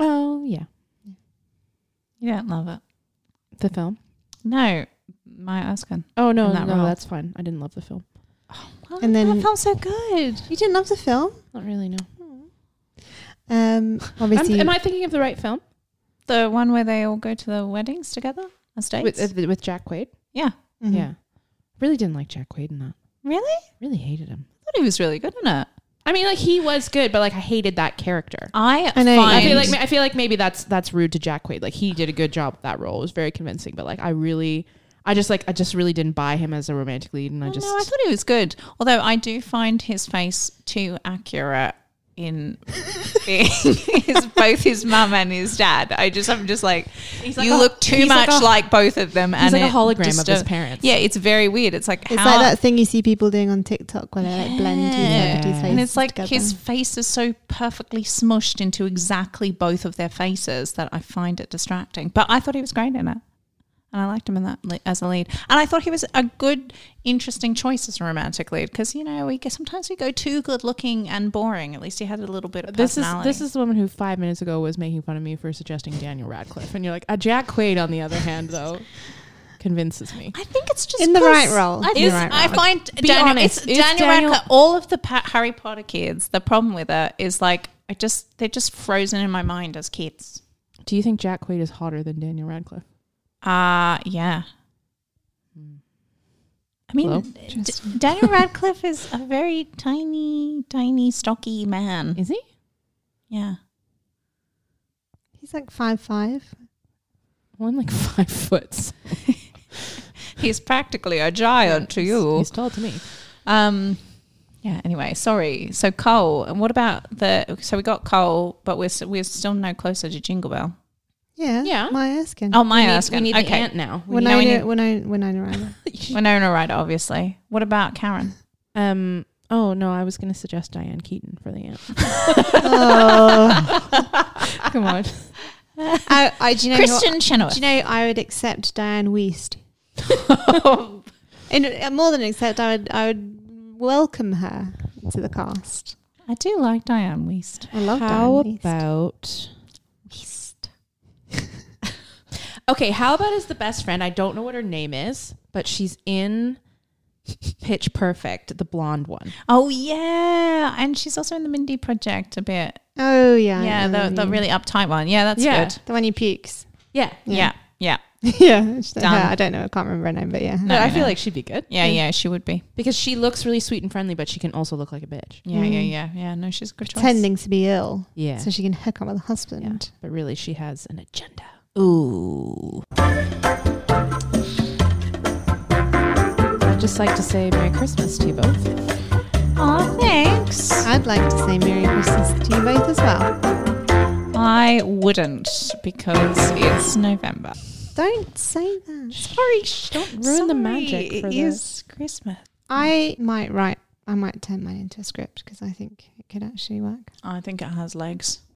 Speaker 1: Oh yeah,
Speaker 3: You don't love it.
Speaker 1: the film.
Speaker 3: No, Maya Erskine.
Speaker 1: Oh no,
Speaker 3: In that
Speaker 1: no,
Speaker 3: role.
Speaker 1: that's fine. I didn't love the film.
Speaker 3: Oh,
Speaker 2: And then-
Speaker 3: that felt so good.
Speaker 2: You didn't love the film.
Speaker 1: Not really. No.
Speaker 2: Hmm. Um, obviously,
Speaker 1: am I thinking of the right film
Speaker 3: The one where they all go to the weddings together as dates.
Speaker 1: with uh, with Jack Quaid?
Speaker 3: yeah, I
Speaker 2: Mhm.
Speaker 1: Yeah. Mm-hmm. Really didn't like Jack Quaid in that.
Speaker 3: Really?
Speaker 1: Really hated him.
Speaker 3: thought he was really good in it.
Speaker 1: I mean, like he was good, but like I hated that character.
Speaker 3: I,
Speaker 2: I know,
Speaker 3: find
Speaker 1: I feel like I feel like maybe that's that's rude to Jack Quaid. Like he did a good job with that role. It was very convincing, but like I really, I just like I just really didn't buy him as a romantic lead, and I
Speaker 3: Well,
Speaker 1: just
Speaker 3: Oh, no, I thought he was good. Although I do find his face too accurate in being his, both his mum and his dad. I just I'm just like,
Speaker 1: like
Speaker 3: you
Speaker 1: a-
Speaker 3: look too
Speaker 1: he's like
Speaker 3: much like,
Speaker 1: a-
Speaker 3: both of them.
Speaker 1: he's
Speaker 3: and
Speaker 1: like a
Speaker 3: it
Speaker 1: hologram of
Speaker 3: just,
Speaker 1: his
Speaker 3: uh,
Speaker 1: parents.
Speaker 3: Yeah, it's very weird. It's like
Speaker 2: It's
Speaker 3: how
Speaker 2: like that thing you see people doing on TikTok where they like blend two
Speaker 3: Yeah.
Speaker 2: celebrities' faces
Speaker 3: and it's like
Speaker 2: together.
Speaker 3: his face is so perfectly smushed into exactly both of their faces that I find it distracting. But I thought he was great in it. And I liked him in that le- as a lead. And I thought he was a good, interesting choice as a romantic lead because, you know, we get, sometimes we go too good looking and boring. At least he had a little bit of
Speaker 1: This is
Speaker 3: personality.
Speaker 1: this is the woman who five minutes ago was making fun of me for suggesting Daniel Radcliffe, and you're like a Jack Quaid. On the other hand, though, convinces me.
Speaker 3: I think it's just
Speaker 2: In the
Speaker 3: 'cause
Speaker 2: right role.
Speaker 3: I,
Speaker 2: In the
Speaker 3: it's-
Speaker 2: right
Speaker 3: I
Speaker 2: role.
Speaker 3: find
Speaker 1: Be
Speaker 3: Daniel,
Speaker 1: honest,
Speaker 3: it's
Speaker 1: is
Speaker 3: Daniel
Speaker 1: Daniel-
Speaker 3: Radcliffe- all of the pa- Harry Potter kids. The problem with it is like I just they're just frozen in my mind as kids.
Speaker 1: Do you think Jack Quaid is hotter than Daniel Radcliffe?
Speaker 3: Uh yeah. I
Speaker 1: Hello?
Speaker 3: mean, D- Daniel Radcliffe is a very tiny, tiny, stocky man.
Speaker 1: Is he?
Speaker 3: Yeah.
Speaker 2: he's like five five.
Speaker 1: Well, I'm like five foot.
Speaker 3: He's practically a giant to you.
Speaker 1: He's tall to me.
Speaker 3: Um, yeah. Anyway, sorry. So Cole, and what about the? So we got Cole, but we're s- we're still no closer to Jingle Bell.
Speaker 2: Yeah,
Speaker 1: Yeah.
Speaker 2: Maya Askin.
Speaker 3: Oh, my
Speaker 1: we need,
Speaker 3: ass.
Speaker 1: We need the
Speaker 3: okay.
Speaker 1: ant now. We
Speaker 2: when
Speaker 3: now
Speaker 2: I
Speaker 3: we
Speaker 2: know,
Speaker 3: need-
Speaker 2: when I when I know.
Speaker 3: Winona Ryder, obviously. What about Karen?
Speaker 1: Um, Oh no, I was gonna suggest Diane Keaton for the aunt. Come on.
Speaker 2: I, I, do you know who-
Speaker 3: Christian Chenoweth.
Speaker 2: Do you know I would accept Diane Weist? In, uh, more than accept, I would I would welcome her to the cast.
Speaker 3: I do like Diane Weist.
Speaker 2: I love
Speaker 1: How
Speaker 2: Diane Weist.
Speaker 1: about
Speaker 2: Weist.
Speaker 1: Okay, how about is the best friend? I don't know what her name is, but she's in Pitch Perfect, the blonde one.
Speaker 3: Oh yeah, and she's also in the Mindy Project a bit.
Speaker 2: Oh yeah, I
Speaker 3: yeah,
Speaker 2: know
Speaker 3: the,
Speaker 2: who
Speaker 3: the
Speaker 2: you-
Speaker 3: really uptight one. Yeah, that's
Speaker 1: Yeah.
Speaker 3: good.
Speaker 2: the one who pukes.
Speaker 1: Yeah.
Speaker 3: Yeah, yeah,
Speaker 2: yeah, it's her.
Speaker 3: Done.
Speaker 2: I don't know. I can't remember her name, but yeah.
Speaker 3: No,
Speaker 1: I
Speaker 3: no,
Speaker 1: feel
Speaker 3: no.
Speaker 1: like she'd be good.
Speaker 3: yeah, yeah. she would be.
Speaker 1: Because she looks really sweet and friendly, but she can also look like a bitch.
Speaker 3: Yeah,
Speaker 2: Mm.
Speaker 3: yeah, yeah, yeah. No, she's a good choice.
Speaker 2: Pretending to be ill
Speaker 1: Yeah.
Speaker 2: so she can hook up with a husband.
Speaker 1: but really, she has an agenda. Ooh. I'd just like to say Merry Christmas to you both.
Speaker 3: Aw, thanks.
Speaker 2: I'd like to say Merry Christmas to you both as well.
Speaker 3: I wouldn't because it's November.
Speaker 2: Don't say that.
Speaker 3: Sorry, don't
Speaker 1: ruin the magic for
Speaker 3: It
Speaker 1: the-
Speaker 3: is Christmas.
Speaker 2: I might write. I might turn mine into a script because I think it could actually work.
Speaker 3: I think it has legs.